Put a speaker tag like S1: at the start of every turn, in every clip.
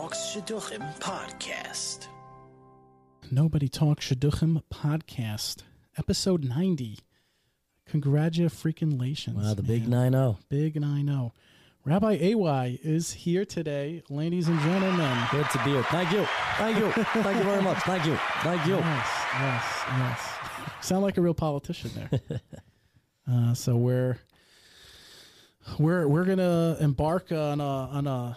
S1: Shidduchim Podcast.
S2: Nobody Talk Shaduchim podcast, episode 90. Congratulations.
S3: Wow, the big
S2: man.
S3: 9 0.
S2: Big 9 0. Rabbi AY is here today, ladies and gentlemen.
S3: Good to be here. Thank you. Thank you. Thank you very much. Thank you. Thank you.
S2: Yes, yes, yes. Sound like a real politician there. uh, so we're we're we're gonna embark on a on a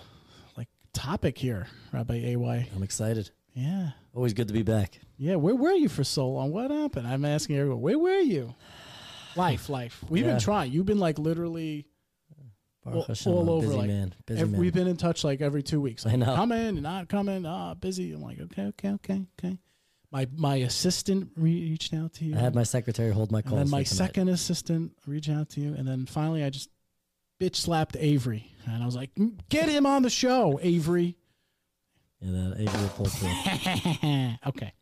S2: like topic here, Rabbi AY.
S3: I'm excited.
S2: Yeah.
S3: Always good to be back.
S2: Yeah, where were you for so long? What happened? I'm asking everyone, where were you? Life, life. We've
S3: Yeah.
S2: been trying. You've been like literally,
S3: Baruch
S2: All-
S3: Hashem,
S2: all
S3: I'm a
S2: over,
S3: Busy
S2: like,
S3: man. Busy
S2: ev-
S3: man.
S2: we've been in touch like every two weeks.
S3: I know.
S2: Come in, not coming. Ah, busy. I'm like, okay, okay, okay, okay. My my assistant reached out to you.
S3: I had my secretary hold my
S2: and
S3: calls.
S2: then my
S3: for tonight.
S2: second assistant reached out to you. And then finally, I just bitch slapped Avery. And I was like, "Mm, get him on the show, Avery.
S3: Yeah, that Avery pulled through.
S2: okay.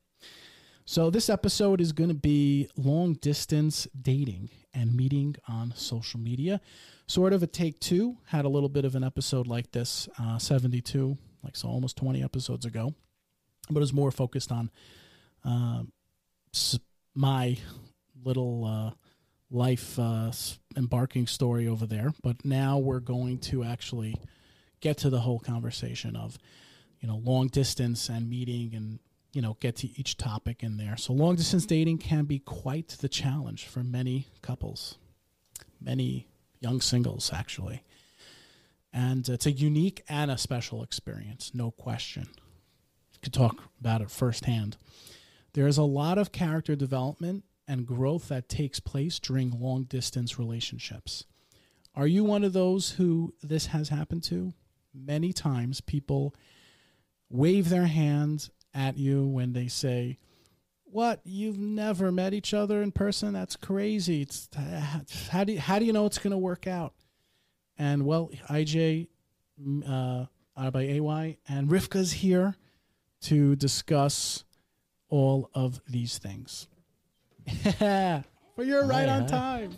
S2: So this episode is going to be long distance dating and meeting on social media. Sort of a take two. Had a little bit of an episode like this, uh, 72, like so almost 20 episodes ago, but it was more focused on um s- my little uh, life uh, s- embarking story over there. But now we're going to actually get to the whole conversation of you know long distance and meeting and you know get to each topic in there so long distance dating can be quite the challenge for many couples many young singles actually and it's a unique and a special experience no question could talk about it firsthand there is a lot of character development and growth that takes place during long distance relationships are you one of those who this has happened to many times people wave their hands at you when they say, "What? You've never met each other in person? That's crazy. It's how do you, how do you know it's going to work out?" And well, IJ, mm, uh, Arabai AY, and Rivka's here to discuss all of these things. but you're right
S3: Hi,
S2: on
S3: hi.
S2: time.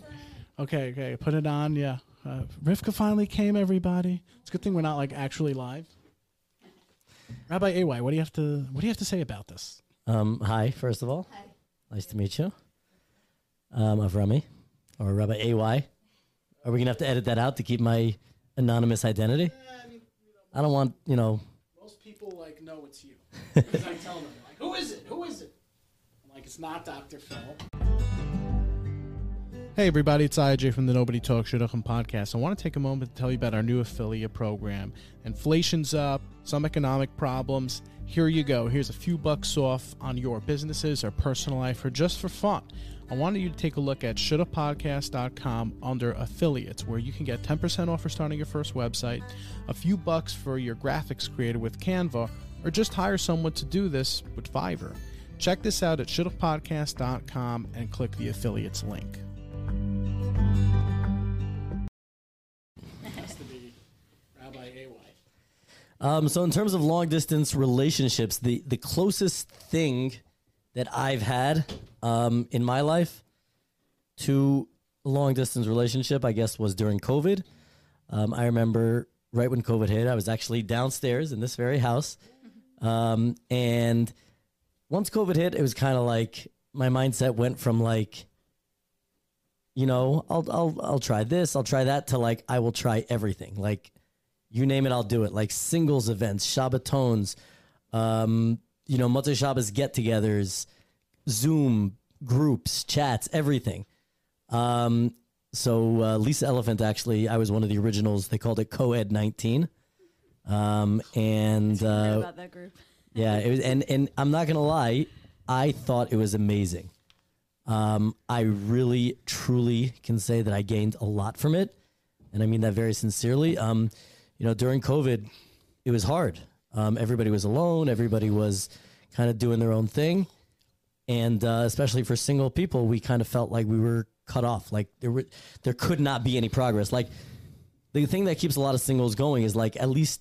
S2: Okay, okay, put it on. Yeah, uh, Rivka finally came. Everybody, it's a good thing we're not like actually live. Rabbi AY, what do you have to what do you have to say about this?
S3: Um, hi, first of all. Hi. Nice to meet you. Um, Avrami, or Rabbi AY. Are we going to have to edit that out to keep my anonymous identity? I don't want, you know,
S2: Most people like know it's you. Because I tell them, like, who is it? Who is it? I'm like, it's not Dr. Phil. Hey everybody, it's IJ from the Nobody Talk Shidduchim podcast. I want to take a moment to tell you about our new affiliate program. Inflation's up, some economic problems. Here you go. Here's a few bucks off on your businesses or personal life or just for fun. I wanted you to take a look at shouldapodcast.com under affiliates, where you can get 10% off for starting your first website, a few bucks for your graphics created with Canva, or just hire someone to do this with Fiverr. Check this out at shouldapodcast.com and click the affiliates link.
S3: Um, so in terms of long distance relationships, the the closest thing that I've had um, in my life to a long distance relationship, I guess, was during COVID. Um, I remember right when COVID hit, I was actually downstairs in this very house, um, and once COVID hit, it was kind of like my mindset went from like, you know, I'll I'll I'll try this, I'll try that, to like I will try everything, like you name it, I'll do it. Like singles events, Shabbatones, um, you know, Motzei Shabbos get-togethers, Zoom groups, chats, everything. Um, so uh, Lisa Elephant, actually, I was one of the originals. They called it Co-Ed 19. Um, and
S4: heard
S3: uh,
S4: about that group.
S3: yeah, it was, and and I'm not gonna lie, I thought it was amazing. Um, I really, truly can say that I gained a lot from it, and I mean that very sincerely. Um, you know, during COVID, it was hard. Um, everybody was alone. Everybody was kind of doing their own thing, and uh, especially for single people, we kind of felt like we were cut off. Like there were, there could not be any progress. Like the thing that keeps a lot of singles going is like at least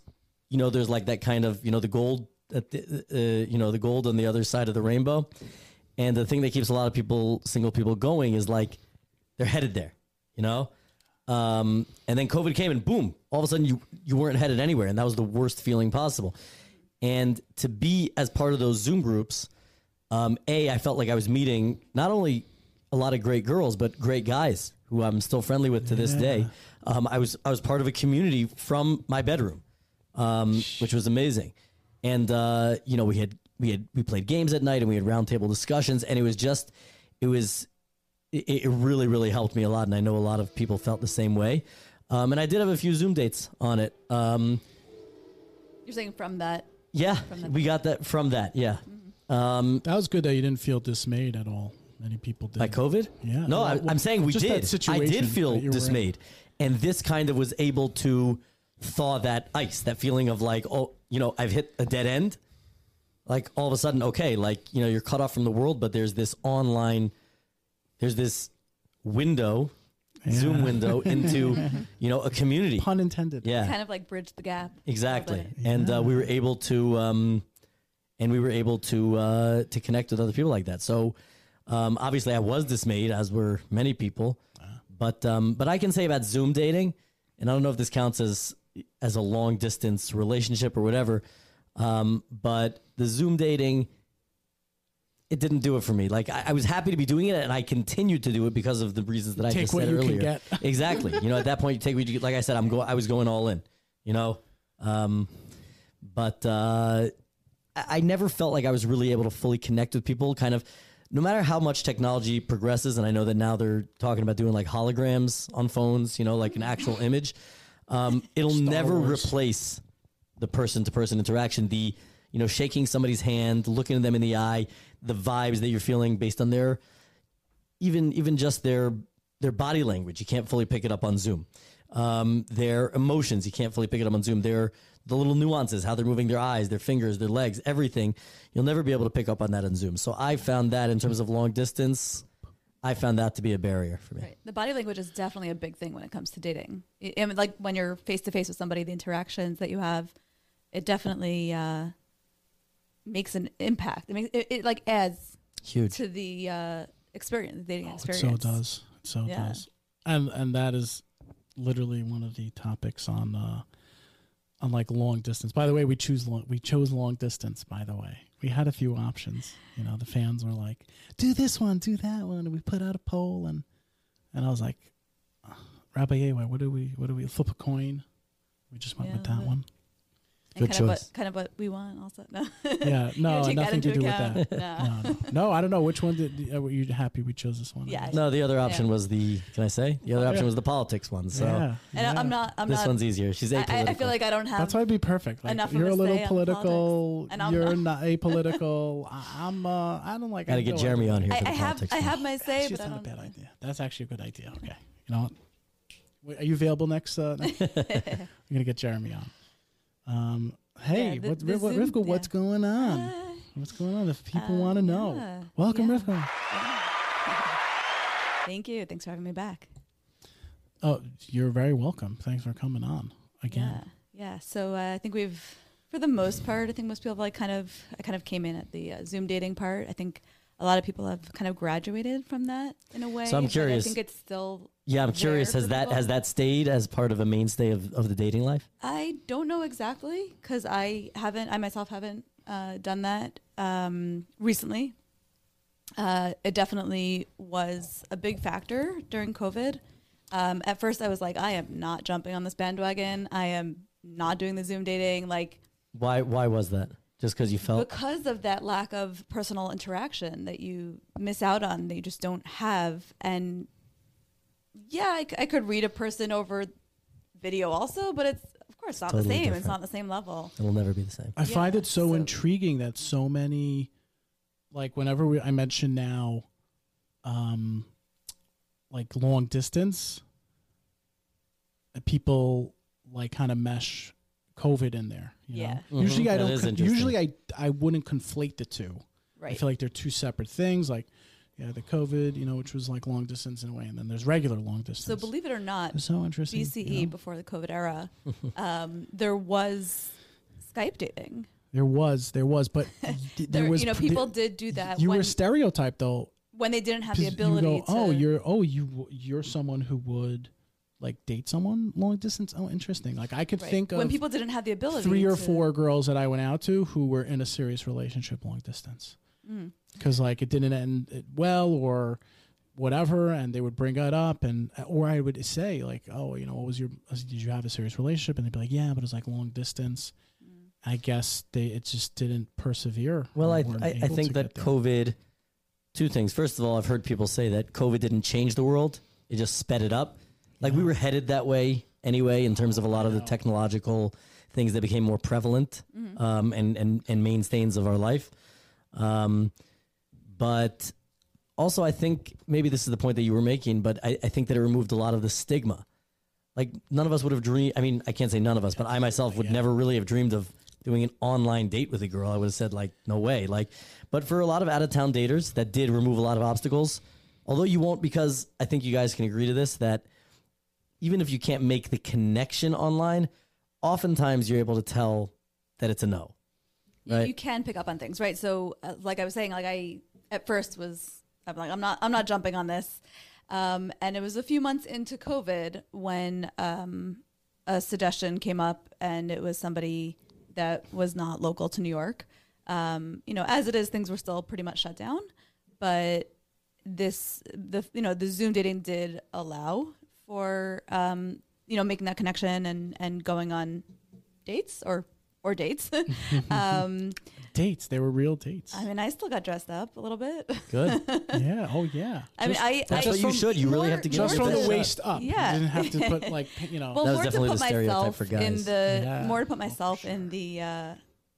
S3: you know there's like that kind of you know the gold at the, uh, you know the gold on the other side of the rainbow and the thing that keeps a lot of people single people going is like they're headed there you know um, and then covid came and boom all of a sudden you you weren't headed anywhere and that was the worst feeling possible And to be as part of those Zoom groups, um, A, I felt like I was meeting not only a lot of great girls, but great guys who I'm still friendly with to this day. Um, I was I was part of a community from my bedroom, um, which was amazing. And uh, you know, we had we had we played games at night and we had roundtable discussions, and it was just it was it, it really really helped me a lot and i know a lot of people felt the same way um, and i did have a few zoom dates on it um,
S4: You're saying from that.
S3: yeah we got that from that yeah
S2: That was good that you didn't feel dismayed at all. Many people did.
S3: by covid
S2: Yeah.
S3: no
S2: Well,
S3: I,
S2: well,
S3: i'm saying we
S2: just that
S3: did i
S2: situation
S3: did feel
S2: that you were in.
S3: dismayed and this kind of was able to thaw that ice that feeling of like oh you know i've hit a dead end like all of a sudden okay like you know you're cut off from the world but there's this online there's this window zoom window into you know a community
S2: Pun intended.
S3: yeah
S4: Kind of like bridge the gap.
S3: Exactly, and uh, we were able to, um, and we were able to uh, to connect with other people like that. So, um, obviously, I was dismayed, as were many people.
S2: Uh-huh.
S3: But um, but I can say about Zoom dating, and I don't know if this counts as as a long distance relationship or whatever. Um, but the Zoom dating, it didn't do it for me. Like I, I was happy to be doing it, and I continued to do it because of the reasons that I
S2: Take
S3: just
S2: what
S3: said
S2: you can
S3: earlier.
S2: get.
S3: Exactly. You know, at that point, you take what you get. Like I said, I'm go. I was going all in. You know, um, but uh, I, I never felt like I was really able to fully connect with people. Kind of, no matter how much technology progresses, and I know that now they're talking about doing like holograms on phones. You know, like an actual image. Um, it'll never
S2: Wars.
S3: replace the person to person interaction. The you know, shaking somebody's hand, looking at them in the eye, the vibes that you're feeling based on their even even just their their body language you can't fully pick it up on zoom um, their emotions you can't fully pick it up on zoom their the little nuances how they're moving their eyes their fingers their legs everything you'll never be able to pick up on that on zoom so i found that in terms of long distance i found that to be a barrier for me
S4: Right. The body language is definitely a big thing when it comes to dating. I I mean, like when you're face to face with somebody, the interactions that you have, it definitely uh, makes an impact. It makes it, it like adds
S3: huge
S4: to the uh, experience, the dating
S2: Oh, It
S4: experience.
S2: so does. It so
S4: Yeah.
S2: does. And and that is literally one of the topics on uh on like long distance. By the way, we choose long we chose long distance, by the way. We had a few options. You know, the fans were like, Do this one, do that one, and we put out a poll and and I was like "Uh, Rabbi Yehuda, what do we what do we flip a coin? We just went with
S4: Yeah,
S2: that
S4: but-
S2: one.
S4: And
S3: Good
S4: kind of
S3: choice.
S4: what kind of what we want also. No.
S2: Yeah, no,
S4: take that
S2: nothing to
S4: into
S2: do
S4: account.
S2: with that.
S4: No.
S2: No, no. no, I don't know which one did uh, were you happy we chose this one. I
S4: Yeah,
S2: guess?
S3: no the other option was the can i say the other option was the politics one so
S2: yeah,
S4: And I-
S2: yeah.
S4: I'm not. I'm
S3: this
S4: not.
S3: one's easier she's
S4: I,
S3: apolitical
S4: I- I feel like I don't have.
S2: That's why it'd be perfect. Like,
S4: enough of
S2: you're a
S4: a
S2: little
S4: say on
S2: political.
S4: politics, and I'm
S2: You're not apolitical. I- I'm. Uh, I don't like.
S3: gotta get
S2: no
S3: jeremy
S2: idea.
S3: on here
S4: I,
S3: for the
S4: I have.
S3: politics
S4: I
S3: one.
S4: have my say,
S2: She's
S4: but I
S2: not a
S4: don't.
S2: bad idea. That's actually a good idea. Okay, you know what? Wait, are you available next? Uh, next? I'm gonna get Jeremy on. Um. Hey,
S4: Yeah, the-
S2: what,
S4: the
S2: Riv- what,
S4: Zoom-
S2: Rivka? What's
S4: yeah.
S2: going on? What's going on? If people
S4: Uh,
S2: want to know,
S4: yeah,
S2: welcome,
S4: yeah.
S2: Rivka.
S4: Thank you. Thanks for having me back.
S2: Oh, you're very welcome. Thanks for coming on again.
S4: Yeah. Yeah. So uh, I think we've, for the most part, I think most people like kind of, I kind of came in at the uh, Zoom dating part. I think a lot of people have kind of graduated from that in a way.
S3: So I'm
S4: but
S3: curious.
S4: I think it's still.
S3: yeah i'm curious
S4: there
S3: has
S4: for
S3: that
S4: people.
S3: has that stayed as part of a mainstay of, of the dating life
S4: I don't know exactly because I haven't. I myself haven't uh, done that um, recently. Uh, it definitely was a big factor during COVID. Um, at first, I was like, I am not jumping on this bandwagon. I am not doing the Zoom dating. Like,
S3: why why was that just because you felt
S4: because of that lack of personal interaction that you miss out on that you just don't have and yeah I, c- I could read a person over video also but it's of course not the
S3: Totally
S4: same
S3: different.
S4: it's not the same level
S3: It'll never be the same.
S2: I find
S4: Yeah,
S2: it so,
S4: so-
S2: intriguing that so many, like whenever we, I mention now, um, like long distance, uh, people like kind of mesh COVID in there. You
S4: Yeah.
S2: Know? Usually I
S3: Mm-hmm. That
S2: don't.
S3: is
S2: con-
S3: interesting.
S2: usually I I wouldn't conflate the two. I
S4: right
S2: feel like they're two separate things. Like, yeah, the COVID, you know, which was like long distance in a way, and then there's regular long distance.
S4: so believe E. it or not
S2: it's so interesting. you
S4: bce
S2: know?
S4: before the covid era um, there was skype dating
S2: There was, there was, but y- there,
S4: there,
S2: was
S4: you know
S2: pr-
S4: people
S2: there-
S4: did do that
S2: You
S4: when,
S2: were stereotyped though.
S4: when they didn't have the
S2: 'Cause oh, you
S4: ability
S2: go,
S4: to
S2: oh, you're oh you w- you're someone who would like date someone long distance. Oh, interesting. Like I could
S4: Right.
S2: think
S4: when
S2: of
S4: people didn't have the ability.
S2: three or
S4: to-
S2: four girls that I went out to who were in a serious relationship long distance
S4: Mm.
S2: because like it didn't end it well or whatever and they would bring it up and uh, or I would say like oh you know what was your did you have a serious relationship and they'd be like yeah but it was like long distance
S4: Mm.
S2: I guess they it just didn't persevere
S3: Well,
S2: or
S3: I,
S2: weren't
S3: I, I
S2: able
S3: think
S2: to get
S3: that
S2: there.
S3: COVID, two things. First of all, I've heard people say that COVID didn't change the world, it just sped it up. Like we were headed that way anyway, in terms of a lot of the technological things that became more prevalent um, and, and, and mainstays of our life. Um, but also, I think maybe this is the point that you were making, but I, I think that it removed a lot of the stigma. Like none of us would have dreamed. I mean, I can't say none of us, but I myself would never really have dreamed of doing an online date with a girl. I would have said like, no way. Like, but for a lot of out of town daters, that did remove a lot of obstacles. Although you won't, because I think you guys can agree to this that even if you can't make the connection online, oftentimes you're able to tell that it's a no.
S4: you,
S3: Right.
S4: you can pick up on things, right? So, uh, like I was saying, like I at first was I'm like I'm not I'm not jumping on this, um, and it was a few months into COVID when um, a suggestion came up, and it was somebody that was not local to New York. Um, you know, as it is, things were still pretty much shut down, but this the you know the Zoom dating did allow for um, you know making that connection and and going on dates or or dates. um,
S2: dates they were real dates
S4: I mean, I still got dressed up a little bit.
S3: Good.
S2: yeah oh yeah
S4: I mean, I
S3: that's
S4: I,
S3: what you should. You really have to get
S2: just
S3: More
S2: from
S3: to
S2: the
S3: the-
S2: waist up
S4: Yeah.
S2: you didn't have to put like you know
S4: Well,
S3: That was
S4: more to
S3: definitely
S4: put
S3: the stereotype
S4: myself
S3: for
S4: in
S3: guys.
S4: the
S2: Yeah.
S4: more to put myself in the uh,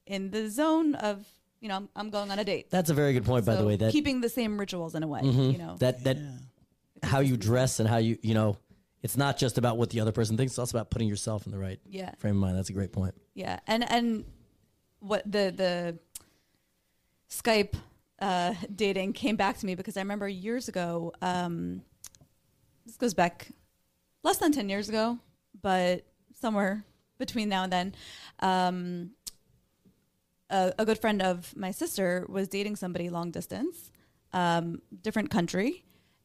S4: in the zone of you know I'm, I'm going on a date.
S3: That's a very good point, by the
S4: So
S3: way. That Mm-hmm.
S4: keeping the same rituals in a way, you know.
S3: that that
S2: Yeah.
S3: how you dress and how you you know it's not just about what the other person thinks it's also about putting yourself in the right
S4: yeah.
S3: frame of mind that's a great point
S4: Yeah, and and what the the Skype uh, dating came back to me because I remember years ago. Um, this goes back less than ten years ago, but somewhere between now and then, um, a, a good friend of my sister was dating somebody long distance, um, different country,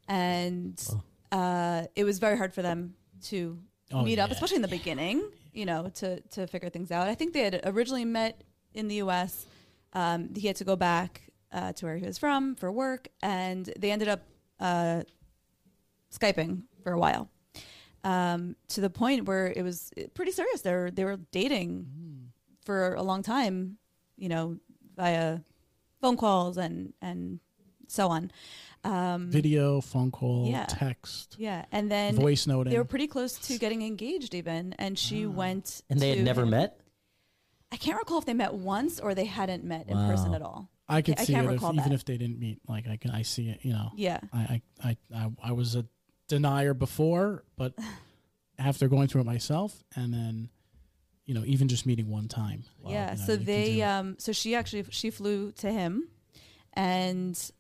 S4: and uh, it was very hard for them to
S2: Oh,
S4: meet up,
S2: yeah.
S4: especially in the beginning. You know, to to figure things out. I think they had originally met in the U.S. Um, he had to go back uh, to where he was from for work, and they ended up uh, skyping for a while. Um, to the point where it was pretty serious. They were, they were dating for a long time, you know, via phone calls and and so on. Um,
S2: video phone call
S4: Yeah.
S2: text
S4: yeah, and then
S2: voice noting Ah.
S4: they were pretty close to getting engaged, even, and she went.
S3: and they
S4: to-
S3: had never met
S4: I can't recall if they met once or they hadn't met in person
S3: Wow.
S4: at all.
S2: I could
S4: I
S2: see
S4: can't
S2: it if,
S4: recall
S2: even
S4: that.
S2: if they didn't meet. Like I can, I see it. You know,
S4: Yeah,
S2: I, I, I, I, I was a denier before, but after going through it myself, and then, you know, even just meeting one time.
S4: yeah.
S2: you know,
S4: so
S2: you can
S4: they,
S2: do-
S4: um, so she actually she flew to him, and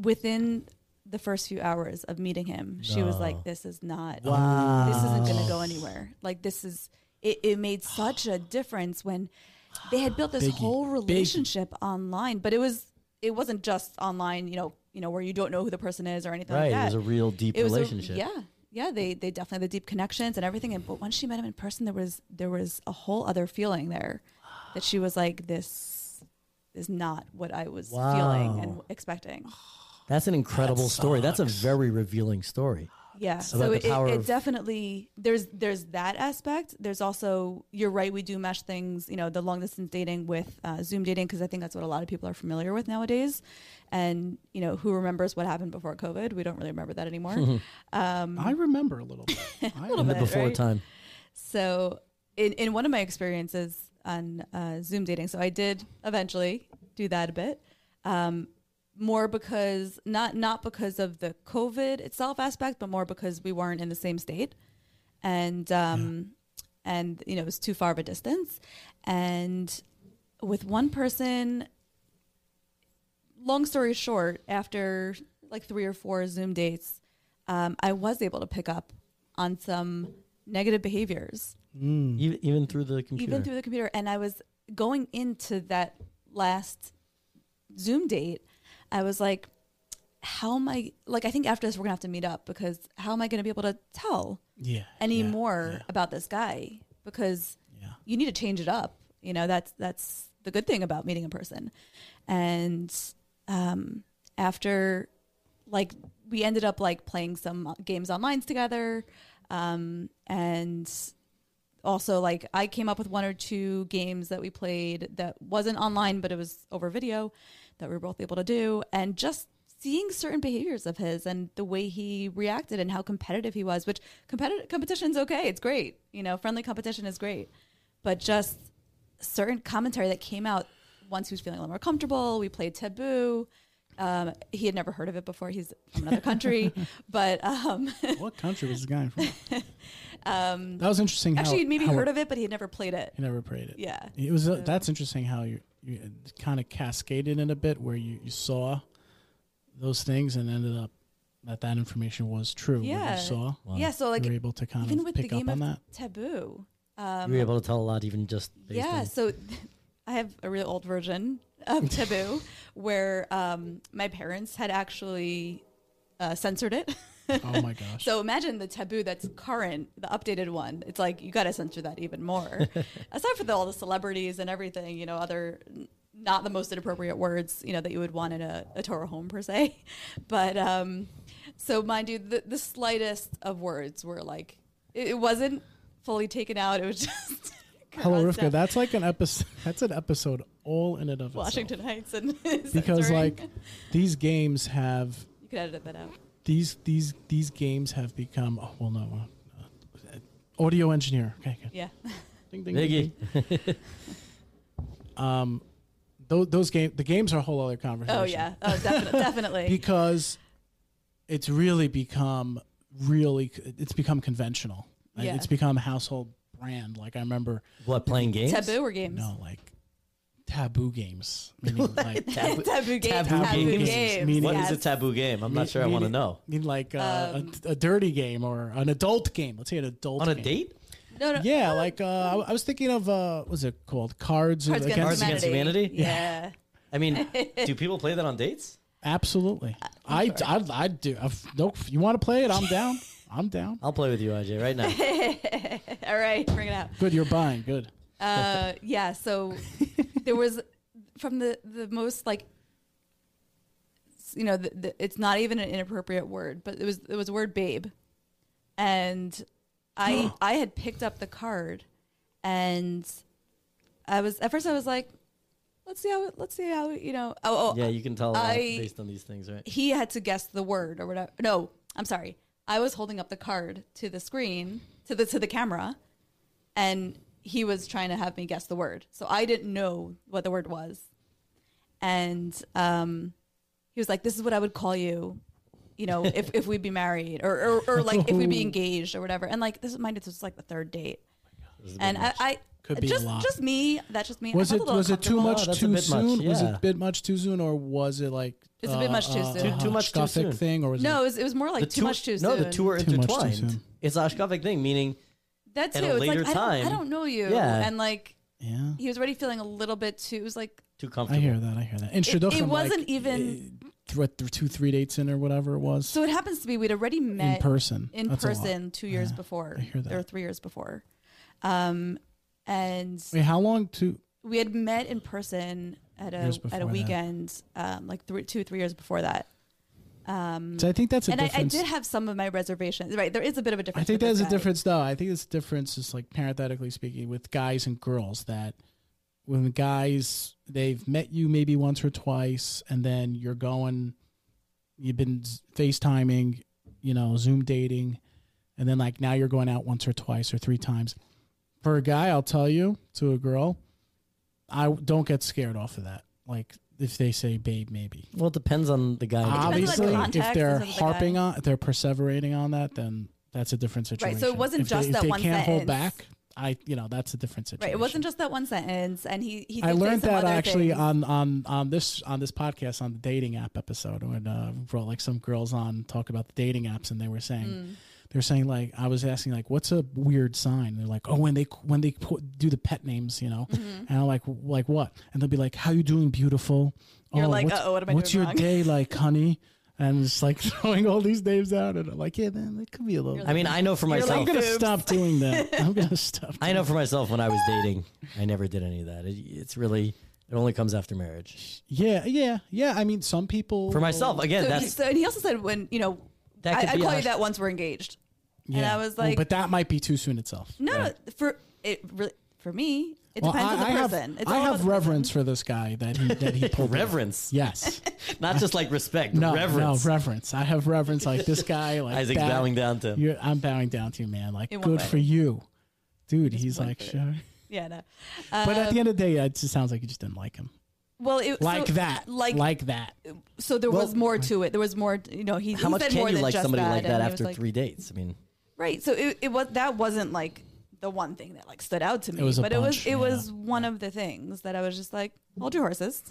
S4: within the first few hours of meeting him, she was like, "This is not
S2: Mm.
S4: this isn't going to
S3: Oh.
S4: go anywhere. Like this is it, it made such a difference when they had built this
S2: Biggie.
S4: whole
S2: Biggie.
S4: relationship online, but it was it wasn't just online, you know, you know where you don't know who the person is or anything
S3: right
S4: like that.
S3: it was a real deep
S4: It was a-
S3: relationship
S4: yeah. Yeah, they they definitely had the deep connections and everything and but once she met him in person there was there was a whole other feeling there that she was like this is not what I was feeling and
S3: Wow.
S4: expecting.
S3: that's an incredible story that's a very revealing story
S4: Yeah.
S3: about
S4: So
S3: the
S4: it,
S3: power
S4: it
S3: of-
S4: definitely there's there's that aspect. There's also you're right. We do mesh things. You know, the long distance dating with uh, Zoom dating because I think that's what a lot of people are familiar with nowadays. And you know, who remembers what happened before COVID? We don't really remember that anymore.
S2: I remember a little bit. I
S4: um, Little
S2: remember.
S4: bit.
S3: before
S4: right?
S3: time
S4: so in in one of my experiences on uh, Zoom dating, so I did eventually do that a bit. Um, more because not not because of the COVID itself aspect, but more because we weren't in the same state, and um, and you know it was too far of a distance. And with one person, long story short, after like three or four Zoom dates, um, I was able to pick up on some negative behaviors,
S2: Hmm.
S3: even, E-, even through the computer
S4: even through the computer. And I was going into that last Zoom date, I was like, how am I like? I think after this, we're gonna have to meet up because how am I gonna be able to tell
S2: Yeah.
S4: any
S2: yeah,
S4: more
S2: yeah,
S4: about this guy? Because
S2: yeah.
S4: you need to change it up. You know, that's that's the good thing about meeting in person. And um, after, like, we ended up like playing some games online together, um, and also like I came up with one or two games that we played that wasn't online, but it was over video that we were both able to do, and just seeing certain behaviors of his and the way he reacted and how competitive he was. Which competitive competition's okay; it's great, you know, friendly competition is great, but just certain commentary that came out once he was feeling a little more comfortable. We played Taboo. Um, he had never heard of it before. He's from another country, but um,
S2: What country was this guy from? um, that was interesting. How,
S4: actually, he'd maybe
S2: how
S4: heard of it, but he had never played it.
S2: He never prayed it.
S4: Yeah.
S2: It was uh, that's interesting how you you kind of cascaded in a bit where you, you saw those things and ended up that that information was true. What
S4: Yeah.
S2: you saw.
S4: Yeah, so like
S2: you were able to kind
S4: even
S2: of
S4: with the
S2: pick up
S4: game
S2: on
S4: of
S2: that.
S4: Taboo. Um,
S3: you were able to tell a lot, even just based
S4: yeah,
S3: on-
S4: so I have a really old version of Taboo where um, my parents had actually uh, censored it.
S2: Oh my gosh.
S4: So imagine the taboo that's current, the updated one. It's like you got to censor that even more. Aside from the, all the celebrities and everything, you know, other n- not the most inappropriate words, you know, that you would want in a, a Torah home per se. But um, so mind you, the, the slightest of words were like it, it wasn't fully taken out. It was just
S2: Hello,
S4: crossed
S2: Rivka.
S4: out.
S2: That's like an episode. That's an episode all in and of itself.
S4: Washington Heights and
S2: Because
S4: censoring.
S2: like these games have
S4: you could edit that out.
S2: these these these games have become. Oh well, no. uh, uh, audio engineer. Okay. okay.
S4: Yeah,
S2: Ding, ding, ding, ding.
S3: Biggie.
S2: Those, those game the games are a whole other conversation.
S4: oh yeah, oh definitely, definitely.
S2: because it's really become really it's become conventional Like,
S4: Yeah.
S2: it's become a household brand like i remember
S3: What playing games?
S4: Taboo or games?
S2: no like taboo games meaning like
S3: Taboo-
S4: taboo games.
S3: Taboo
S4: Taboo,
S3: games.
S4: games.
S2: Meaning-
S3: What is
S4: yes.
S3: a taboo game? I'm
S2: mean-
S3: not sure. I want to
S2: meaning-
S3: know.
S2: mean like uh,
S4: Um,
S2: a, a dirty game or an adult game let's say an adult
S3: On a
S2: game.
S3: date?
S4: No, no.
S2: yeah like uh, I, I was thinking of uh what's it called cards,
S4: Cards Against,
S3: Cards Against
S4: humanity.
S3: Humanity?
S4: Yeah.
S3: I mean, do people play that on dates?
S2: absolutely
S4: Uh,
S2: i i i do if, no if you want to play it i'm down i'm down
S3: I'll play with you, IJ, right now.
S4: All right, bring it out.
S2: good you're buying good
S4: Uh, yeah. So there was from the the most like s- you know the, the, it's not even an inappropriate word, but it was it was the word babe, and I I had picked up the card, and I was at first I was like, let's see how it- let's see how it, you know oh, oh
S3: Yeah, you can tell a lot
S4: I-
S3: based on these things, right?
S4: he had to guess the word or whatever. No, I'm sorry. I was holding up the card to the screen to the to the camera, and he was trying to have me guess the word. So I didn't know what the word was, and um, he was like, "This is what I would call you." You know, if, if we'd be married or, or, or like if we'd be engaged or whatever. And like this is mind you, this was like the third date.
S2: Oh
S4: And I, I
S2: Could be a
S4: just
S2: lot.
S4: just me, that's just me. I
S2: Was
S4: felt
S2: it
S4: a little
S2: was it too
S4: uncomfortable.
S2: much
S3: Oh, that's a
S2: too
S3: bit much,
S2: soon? Was it
S3: yeah.
S2: a bit much too soon, or was it like
S4: It's a bit much too soon.
S3: Too- too much too
S2: Ashkafic
S3: soon.
S2: thing, or was
S4: No,
S2: it
S4: it was, it was more like too
S3: two-
S4: much too
S3: No,
S4: soon.
S3: the two are
S2: Too much too
S3: intertwined.
S2: soon.
S3: It's an Ashkafic thing, meaning
S4: That's
S3: at
S4: it.
S3: a
S4: It's
S3: later
S4: like, I don't,
S3: time.
S4: I don't know you.
S3: Yeah.
S4: And like
S2: yeah?
S4: he was already feeling a little bit too. It was like
S3: too
S2: I
S3: comfortable.
S2: hear that. I hear that. And
S4: it,
S2: Shidduchim,
S4: it wasn't
S2: like,
S4: even.
S2: th- what th- two three dates in or whatever it was
S4: So it happens to be we'd already
S2: in
S4: met
S2: person.
S4: in
S2: That's a lot.
S4: person two years before
S2: I hear that.
S4: or three years before, um, and
S2: Wait, how long to?
S4: we had met in person at a
S2: Years
S4: at
S2: before
S4: a
S2: that.
S4: weekend, um, like three, two three years before that. Um,
S2: So I think that's a
S4: and I, I
S2: difference.
S4: did have some of my reservations. Right, there is a bit of a difference.
S2: I think
S4: with
S2: there's
S4: this
S2: a
S4: guy.
S2: difference, though. I think it's difference is like parenthetically speaking with guys and girls that when the guys they've met you maybe once or twice, and then you're going, you've been z- FaceTiming, you know, Zoom dating, and then like now you're going out once or twice or three times. For a guy, I'll tell you to a girl, I w- don't get scared off of that. Like if they say babe, maybe.
S3: Well, it depends on the guy. and the
S4: depends
S2: Obviously,
S4: on the
S3: girl.
S4: context
S2: if they're
S4: and the guy.
S2: harping on, if they're perseverating on that, then that's a different situation.
S4: Right, so it wasn't
S2: If they-
S4: just
S2: if
S4: that
S2: they
S4: one
S2: can't hold
S4: sentence.
S2: back. I, you know, that's a different situation.
S4: Right, it wasn't just that one sentence, and he he.
S2: I
S4: did say
S2: learned
S4: some
S2: that
S4: other
S2: actually
S4: things.
S2: on on on this on this podcast on the dating app episode when uh, we brought like some girls on talk about the dating apps and they were saying
S4: Mm.
S2: they were saying like I was asking like what's a weird sign they're like oh when they when they put, do the pet names you know
S4: Mm-hmm.
S2: and I'm like like what and they'll be like how you doing beautiful "Oh,
S4: You're like,
S2: what's-
S4: "Uh-oh, what am I
S2: what's
S4: doing
S2: your
S4: wrong?"
S2: day like honey and just like throwing all these names out, and I'm like, yeah, man, that could be a little.
S3: I mean, I know for
S2: I'm
S3: myself.
S2: gonna stop doing that. I'm gonna stop.
S3: I know for myself when I was dating, I never did any of that. It, it's really it only comes after marriage.
S2: Yeah, yeah, yeah. I mean, some people
S3: For myself, again,
S4: So he,
S3: that's
S4: so, and he also said when you know,
S3: That
S4: I,
S3: could
S4: I
S3: be
S4: call
S3: a-
S4: you that once we're engaged. And I was
S2: Well,
S4: like,
S2: Oh, but that might be too soon itself.
S4: no, no, for it really, for me, it
S2: Well,
S4: depends
S2: I, I
S4: on the
S2: have,
S4: person.
S2: I
S4: all
S2: have
S4: about the
S2: reverence for this guy that he that he pulled. in.
S3: reverence,
S2: Yes.
S3: not just like respect.
S2: No.
S3: reverence.
S2: No reverence. I have reverence like this guy. Like
S3: Isaac's
S2: bow-
S3: bowing down to him.
S2: You're, I'm bowing down to you, man. Like,
S4: It won't
S2: good
S4: matter.
S2: for you, dude. he's
S4: won't
S2: like,
S4: matter.
S2: sure.
S4: person. Yeah, no.
S2: But at
S4: Um,
S2: the end of the day, it just sounds like you just didn't like him.
S4: well, it,
S2: Like
S4: so,
S2: that.
S4: like,
S2: like that.
S4: so there was more to it. There was more, you know. He
S3: How
S4: he
S3: much
S4: said
S3: can
S4: more
S3: you
S4: than
S3: like
S4: just
S3: somebody like
S4: and
S3: that
S4: he was
S3: after
S4: like-
S3: three dates? I mean,
S4: Right. So it, it was that wasn't like the one thing that like stood out to me,
S2: was a
S4: but
S2: bunch,
S4: it was it
S2: yeah.
S4: was one of the things that I was just like, hold your horses.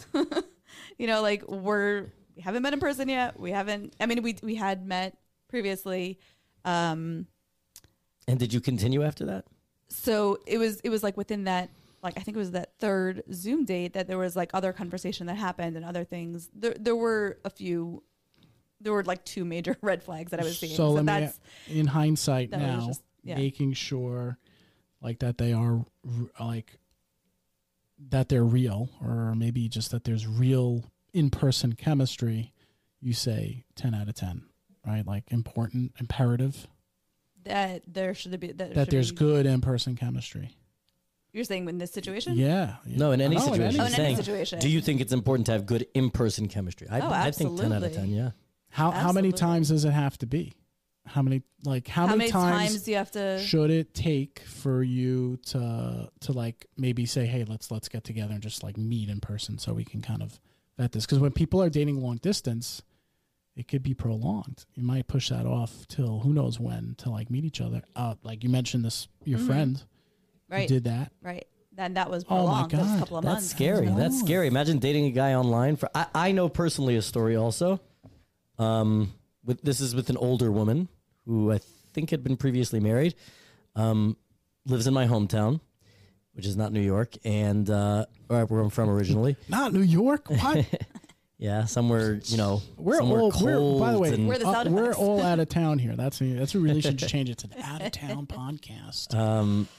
S4: you know, like we're we haven't met in person yet. We haven't. I mean, we we had met previously. Um,
S3: and did you continue after that?
S4: so it was it was like within that like I think it was that third Zoom date that there was like other conversation that happened and other things. There there were a few. There were like two major red flags that I was seeing.
S2: So, let
S4: that's
S2: me, in hindsight
S4: that was
S2: now,
S4: just- yeah.
S2: making sure like that they are r- like that they're real, or maybe just that there's real in-person chemistry. You say ten out of ten, right? Like important, imperative
S4: that there should be that,
S2: that
S4: should
S2: there's
S4: be-
S2: good in-person chemistry.
S4: You're saying in this situation?
S2: Yeah.
S3: No, in any
S2: Oh, in
S3: situation.
S2: any
S3: you're
S4: Oh, in any
S3: saying,
S4: situation.
S3: Do you think it's important to have good in-person chemistry? I,
S4: Oh,
S3: I think ten out of
S4: absolutely.
S3: ten. Yeah.
S2: How how many
S4: Absolutely.
S2: times does it have to be? How many like how,
S4: How,
S2: many,
S4: many
S2: times,
S4: times do you have to?
S2: should it take for you to to like maybe say, hey, let's let's get together and just like meet in person so we can kind of vet this? Because when people are dating long distance, it could be prolonged. You might push that off till who knows when to like meet each other. Uh, like you mentioned this, your friend who
S4: Mm-hmm. Right,
S2: did that.
S4: right. Then that was
S2: Oh my
S4: prolonged. That was
S2: God,
S4: a couple of
S3: That's
S4: months.
S3: scary. That's scary. Imagine dating a guy online for. I, I know personally a story also. Um, with this is with an older woman who I think had been previously married. Um, lives in my hometown, which is not New York, and uh, where I'm from originally.
S2: Not New York. What?
S3: Yeah, somewhere you know,
S2: We're
S3: somewhere
S2: all
S3: cold.
S2: we're, by the way,
S3: and-
S4: We're the
S2: uh,
S4: sound
S2: we're
S4: effects.
S2: all out of town here. That's that's what we really should change it to the out of town podcast.
S4: Uh,
S3: um,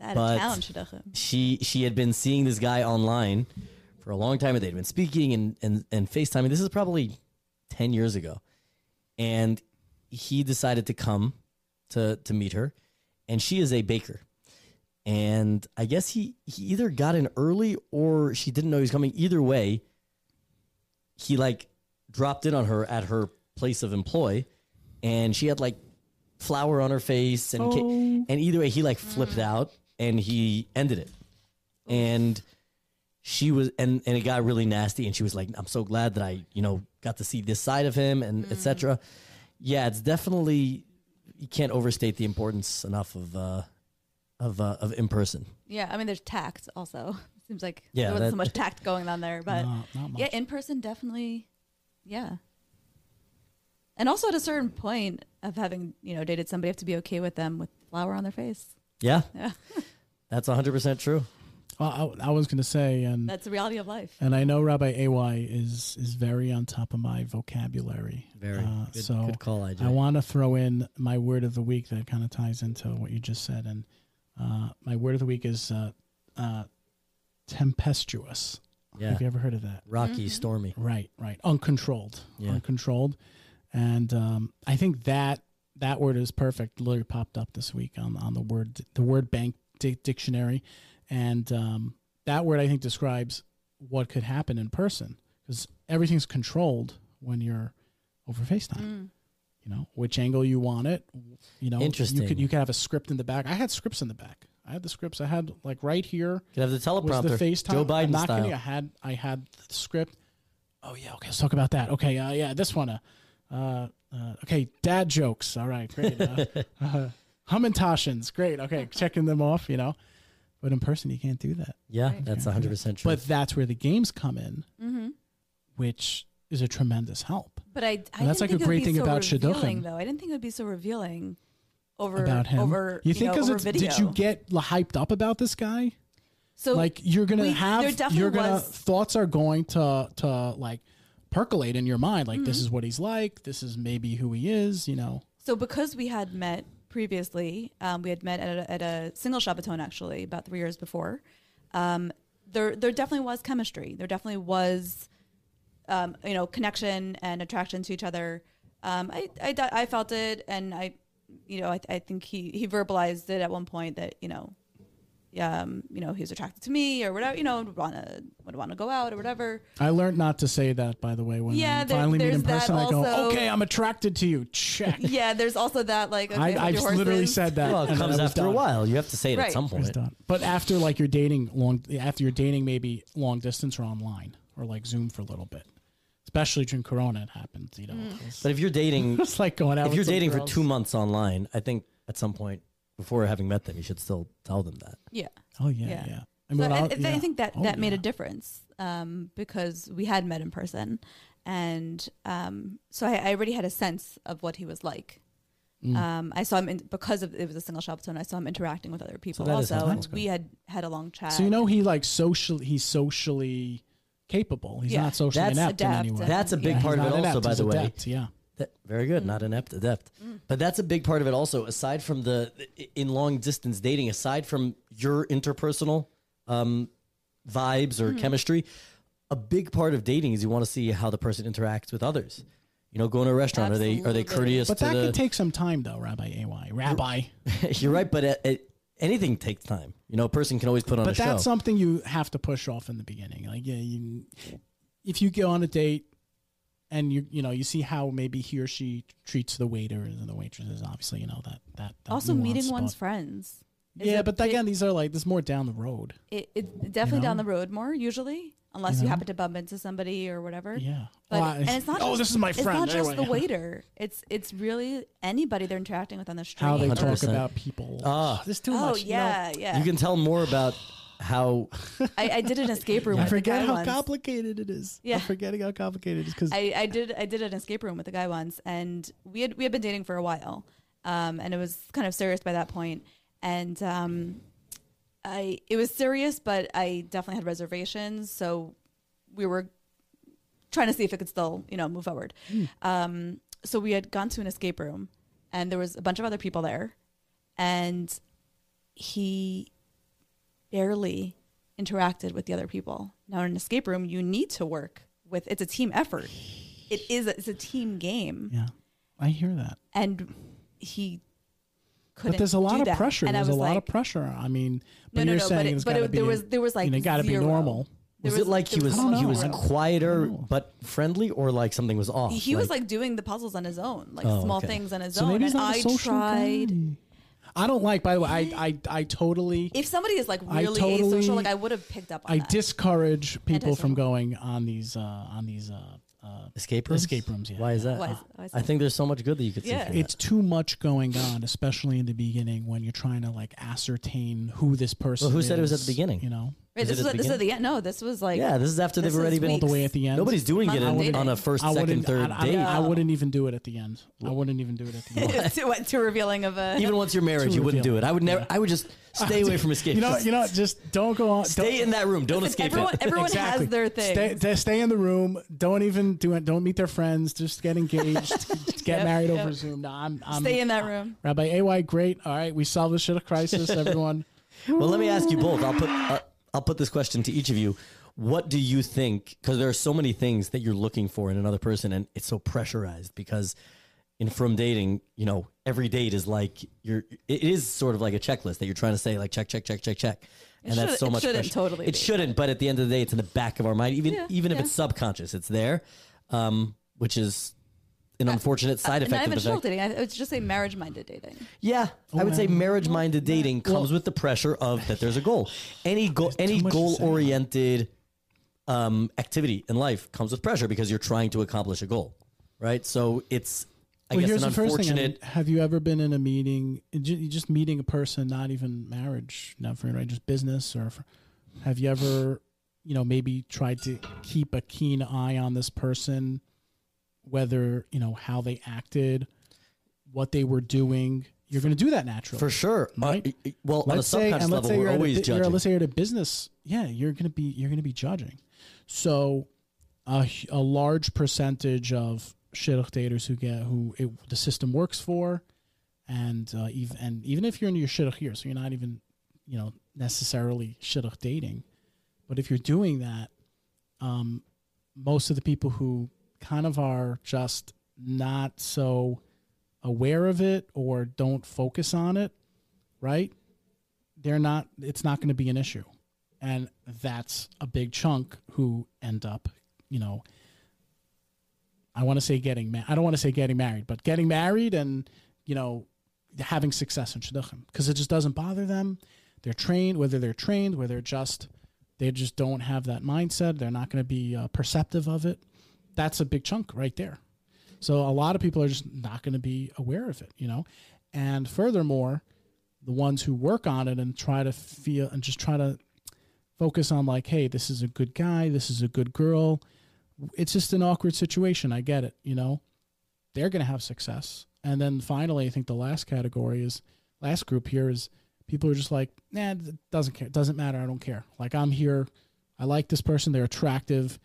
S4: That
S3: But-
S4: town should have.
S3: she she had been seeing this guy online for a long time and they'd been speaking and and, and FaceTiming. This is probably ten years ago. And he decided to come to to meet her. And she is a baker. And I guess he, he either got in early or she didn't know he was coming. Either way, he like dropped in on her at her place of employ and she had like flour on her face and ca- and either way he like flipped out and he ended it and she was and and it got really nasty and she was like i'm so glad that i you know got to see this side of him and etc yeah it's definitely you can't overstate the importance enough of uh of uh, of in person
S4: Yeah, I mean, there's tact also. Seems like
S3: Yeah,
S4: there wasn't
S3: that-
S4: so much tact going on there, but
S2: No, not much.
S4: yeah, in person definitely. Yeah. And also at a certain point of having you know dated somebody, you have to be okay with them with flour on their face.
S3: yeah,
S4: Yeah.
S3: that's 100% true
S2: Well, I, I was going to say, and
S4: That's the reality of life.
S2: and I know Rabbi Ay is is very on top of my vocabulary. Uh,
S3: Very. Good-
S2: so
S3: good call, IJ.
S2: I want to throw in my word of the week that kind of ties into what you just said, and uh, my word of the week is uh, uh, tempestuous.
S3: yeah
S2: Have you ever heard of that?
S3: rocky stormy
S2: Right, right. Uncontrolled.
S3: Yeah.
S2: Uncontrolled. And um, I think that that word is perfect. Literally popped up this week on, on the word the word bank di- dictionary, and um, that word I think describes what could happen in person because everything's controlled when you're over FaceTime. You know which angle you want it. You know, You
S3: Interesting.
S2: could you could have a script in the back. I had scripts in the back. I had the scripts. I had like right here
S3: could have the
S2: was
S3: teleprompter
S2: the FaceTime.
S3: joe
S2: I'm
S3: biden
S2: not
S3: style
S2: kidding. I had I had the script. Oh yeah, okay. Let's talk about that. Okay, uh, yeah, this one. Uh, uh, uh, okay, dad jokes. All right, great. Uh, uh, Humintoshins, great. Okay, checking them off. You know, but in person you can't do that.
S3: yeah that's 100% true
S2: But that's where the games come in,
S4: Mm-hmm.
S2: which is a tremendous help.
S4: But I, I
S2: that's
S4: didn't
S2: like a
S4: think it would
S2: great
S4: be
S2: thing
S4: so
S2: about Shidduchim.
S4: revealing, though. I didn't think it would be so revealing over
S2: about him,
S4: over
S2: you think
S4: know, over
S2: it's,
S4: video.
S2: did you get l- hyped up about this guy?
S4: so
S2: like you're gonna
S4: we- there
S2: have
S4: definitely
S2: you're gonna
S4: was-
S2: thoughts are going to to like percolate in your mind like
S4: Mm-hmm.
S2: this is what he's like this is maybe who he is you know
S4: So because we had met previously, um, we had met at a, at a single Shabbaton actually about three years before. Um, there, there definitely was chemistry. There definitely was, um, you know, connection and attraction to each other. Um, I, I, d- I felt it, and I, you know, I, I think he, he verbalized it at one point that you know, um, you know, he was attracted to me or whatever. You know, would wanna would wanna go out or whatever.
S2: i learned not to say that by the way when
S4: Yeah,
S2: i
S4: there-
S2: finally meet
S4: there's
S2: in
S4: that
S2: person i go
S4: also.
S2: okay i'm attracted to you check
S4: Yeah, there's also that like okay, hold
S2: I, i've
S4: your horses.
S2: literally said that
S3: Well,
S2: and
S3: it
S2: then
S3: comes
S2: I was
S3: after a
S2: done.
S3: while. You have to say it at
S4: Right.
S3: some
S2: I was
S3: point.
S2: done. but after like you're dating long after you're dating maybe long distance or online or like zoom for a little bit especially during corona it happens you know it's,
S4: Mm.
S3: But if you're dating,
S2: it's like going out
S3: if
S2: with
S3: you're
S2: some
S3: dating for
S2: girls.
S3: two months online, I think at some point before having met them, you should still tell them that.
S4: Yeah.
S2: Oh yeah, yeah.
S4: Yeah.
S2: I
S4: So
S2: mean,
S4: I,
S2: I'll-
S4: I th- I
S2: yeah.
S4: think that
S2: Oh,
S4: that made a
S2: yeah.
S4: difference um, because we had met in person, and um, so I, I already had a sense of what he was like.
S2: Mm.
S4: Um, I saw him in, because of it was a single shop zone. I saw him interacting with other people
S3: that is
S4: also,
S3: helpful.
S4: and
S3: That's
S4: we had had a long chat.
S2: So you know, he like social. He's socially capable. He's
S4: Yeah.
S2: not socially
S3: That's
S2: inept in
S4: adept
S2: any way.
S4: and-
S3: That's a
S2: Yeah,
S3: big
S2: he's
S3: part of
S2: not
S3: it, also,
S2: inept,
S3: by
S2: he's
S3: the way.
S2: adept, Yeah.
S3: That, very
S4: Mm.
S3: good, not inept, adept. But that's a big part of it also. Aside from the in long distance dating, aside from your interpersonal um, vibes
S4: Mm.
S3: or chemistry, a big part of dating is you want to see how the person interacts with others. You know, going to a restaurant, are they are they
S4: Absolutely.
S3: courteous
S2: But
S3: to
S2: that
S3: the?
S2: could take some time, though, Rabbi Ay. Rabbi.
S3: you're right, but it, it, anything takes time. You know, a person can always put on a
S2: But
S3: show.
S2: that's something you have to push off in the beginning. Like, yeah, you, if you go on a date and you you know you see how maybe he or she treats the waiters and the waitresses, obviously, you know that that, that
S4: also
S2: nuance,
S4: meeting
S2: but-
S4: one's friends. is
S2: Yeah,
S4: a
S2: but
S4: big-
S2: again, these are like this is more down the road.
S4: it, it definitely
S2: you know?
S4: down the road more usually, unless you,
S2: know?
S4: happen to bump into somebody or whatever.
S2: Yeah.
S4: But,
S2: Oh, I-
S4: and it's not.
S2: oh,
S4: just-
S2: this is my friend.
S4: It's not just
S2: anyway.
S4: the waiter. It's it's really anybody they're interacting with on the street.
S2: How they
S4: or-
S2: talk
S3: 100%.
S2: about people.
S3: Ah.
S2: there's too
S4: Oh
S2: much. you know?
S4: yeah, yeah.
S3: you can tell more about how
S4: I, I did an escape room.
S2: I
S4: with a
S2: forget
S4: guy
S2: how
S4: once.
S2: complicated it is.
S4: Yeah.
S2: I'm forgetting how complicated it is because
S4: I, I did I did an escape room with a guy once, and we had we had been dating for a while, um, and it was kind of serious by that point, and um, I it was serious, but I definitely had reservations, so we were trying to see if it could still you know move forward.
S2: Hmm.
S4: Um, so we had gone to an escape room, and there was a bunch of other people there, and he barely interacted with the other people. Now in an escape room, you need to work with it's a team effort. It is it's a team game,
S2: yeah, I hear that.
S4: and he couldn't.
S2: But there's a lot
S4: do
S2: of
S4: that.
S2: pressure.
S4: And I
S2: There's a
S4: was
S2: lot
S4: like,
S2: of pressure. I mean, but
S4: No, no,
S2: you're
S4: no.
S2: saying
S4: But,
S2: it's
S4: it, but
S2: gotta
S4: it,
S2: be
S4: there
S2: a-
S4: was there was like
S2: you know, gotta
S4: zero.
S2: be normal.
S4: There
S3: was, it like he
S4: there
S3: was
S2: I don't
S3: he
S2: know.
S3: was
S2: I don't-
S3: quieter
S2: Oh.
S3: but friendly or like something was off.
S4: He was like doing the puzzles on his own, like
S3: Oh,
S4: small
S3: okay.
S4: things on his
S2: So
S4: own.
S2: maybe he's
S4: and
S2: not a
S4: I
S2: social
S4: tried.
S2: guy. I don't like. By the way, I I, I totally
S4: If somebody is like
S2: I
S4: really
S2: totally-
S4: asocial, like I would have picked up on
S2: I
S4: that.
S2: discourage people from
S4: Antisocial.
S2: going on these uh, on these. Uh, uh,
S3: escape rooms.
S2: Escape rooms, yeah.
S3: Why is that?
S4: Why is- why is
S3: I think there's so much good that you could see.
S4: Yeah.
S3: From
S2: it's too much going on, especially in the beginning when you're trying to like ascertain who this person.
S3: who said it was at
S2: is,
S3: the beginning?
S2: You know,
S4: Right,
S3: Is
S4: this
S3: it
S4: is
S3: at the
S4: this is
S3: beginning?
S4: the end. No, this was
S3: that.
S4: like
S3: yeah, this is after they've
S4: This is
S3: already been
S2: all the way at the end.
S3: Nobody's doing it
S4: Monday
S3: in, on a
S4: dating.
S3: first,
S2: I
S3: second,
S2: wouldn't.
S3: third
S2: I, I,
S3: date.
S2: I wouldn't even do it at the end. I wouldn't even do it at the end.
S4: it's too, too revealing of a.
S3: even once you're married,
S2: Too
S3: you wouldn't do it.
S2: revealing.
S3: I would never. I would just stay away from escape.
S2: You know,
S3: rooms.
S2: you know, just don't go on.
S3: stay
S2: don't-
S3: in that room. Don't escape
S4: everyone
S3: it.
S4: everyone
S2: Exactly.
S4: has their thing.
S2: Stay, they stay in the room. Don't even do it. Don't meet their friends. Just get engaged. get
S4: Yep,
S2: married
S4: yep.
S2: over Zoom. No, I'm, I'm uh,
S4: Stay in that room.
S2: Rabbi AY, great. All right, we solved the shit of crisis, everyone.
S3: Well, let me ask you both. I'll put uh, I'll put this question to each of you. What do you think? Because there are so many things that you're looking for in another person, and it's so pressurized. Because in from dating, you know, every date is like you're. It is sort of like a checklist that you're trying to say, like check, check, check, check, check. And that's
S4: should-
S3: so
S4: it
S3: much.
S4: shouldn't
S3: pressure.
S4: totally
S3: It
S4: be.
S3: shouldn't. But at the end of the day, it's in the back of our mind. Even
S4: Yeah,
S3: even if
S4: yeah.
S3: it's subconscious, it's there, um, which is an unfortunate side
S4: Not
S3: effect
S4: even
S3: of the
S4: social
S3: fact.
S4: dating. I, it's just say marriage minded dating.
S3: Yeah,
S2: Oh,
S3: I would say marriage-minded dating comes with the pressure of that there's a goal. Any goal, any
S2: much to say.
S3: goal-oriented um, activity in life comes with pressure because you're trying to accomplish a goal, right? So it's, I
S2: well,
S3: guess,
S2: here's
S3: an
S2: the first thing. I mean,
S3: unfortunate.
S2: have you ever been in a meeting, ju- just meeting a person, not even marriage, not for right, just business, or for, have you ever, you know, maybe tried to keep a keen eye on this person, whether you know how they acted, what they were doing. You're going to do that naturally.
S3: For sure. Uh,
S2: Right?
S3: y- y- well, on a
S2: let's say,
S3: subconscious
S2: and let's
S3: level,
S2: say
S3: we're
S2: you're at a
S3: always
S2: bu- you're-
S3: judging.
S2: let's say you're at a business. Yeah, you're gonna be you're gonna be judging. So a, hu- a large percentage of shidduch daters who get who it, the system works for, and uh, even and even if you're in your shidduch year, so you're not even you know necessarily shidduch dating, but if you're doing that, um, most of the people who kind of are just not so aware of it or don't focus on it, right? They're not. It's not going to be an issue, and that's a big chunk who end up, you know. I want to say getting married. I don't want to say getting married, but getting married and you know having success in shidduchim because it just doesn't bother them. They're trained, whether they're trained, whether they're just they just don't have that mindset. They're not going to be uh, perceptive of it. That's a big chunk right there. So a lot of people are just not going to be aware of it, you know. And furthermore, the ones who work on it and try to feel and just try to focus on like, hey, this is a good guy, this is a good girl. It's just an awkward situation. I get it, you know. They're going to have success. And then finally, I think the last category is last group here is people who are just like, nah, it doesn't care, it doesn't matter, I don't care. Like I'm here, I like this person, they're attractive,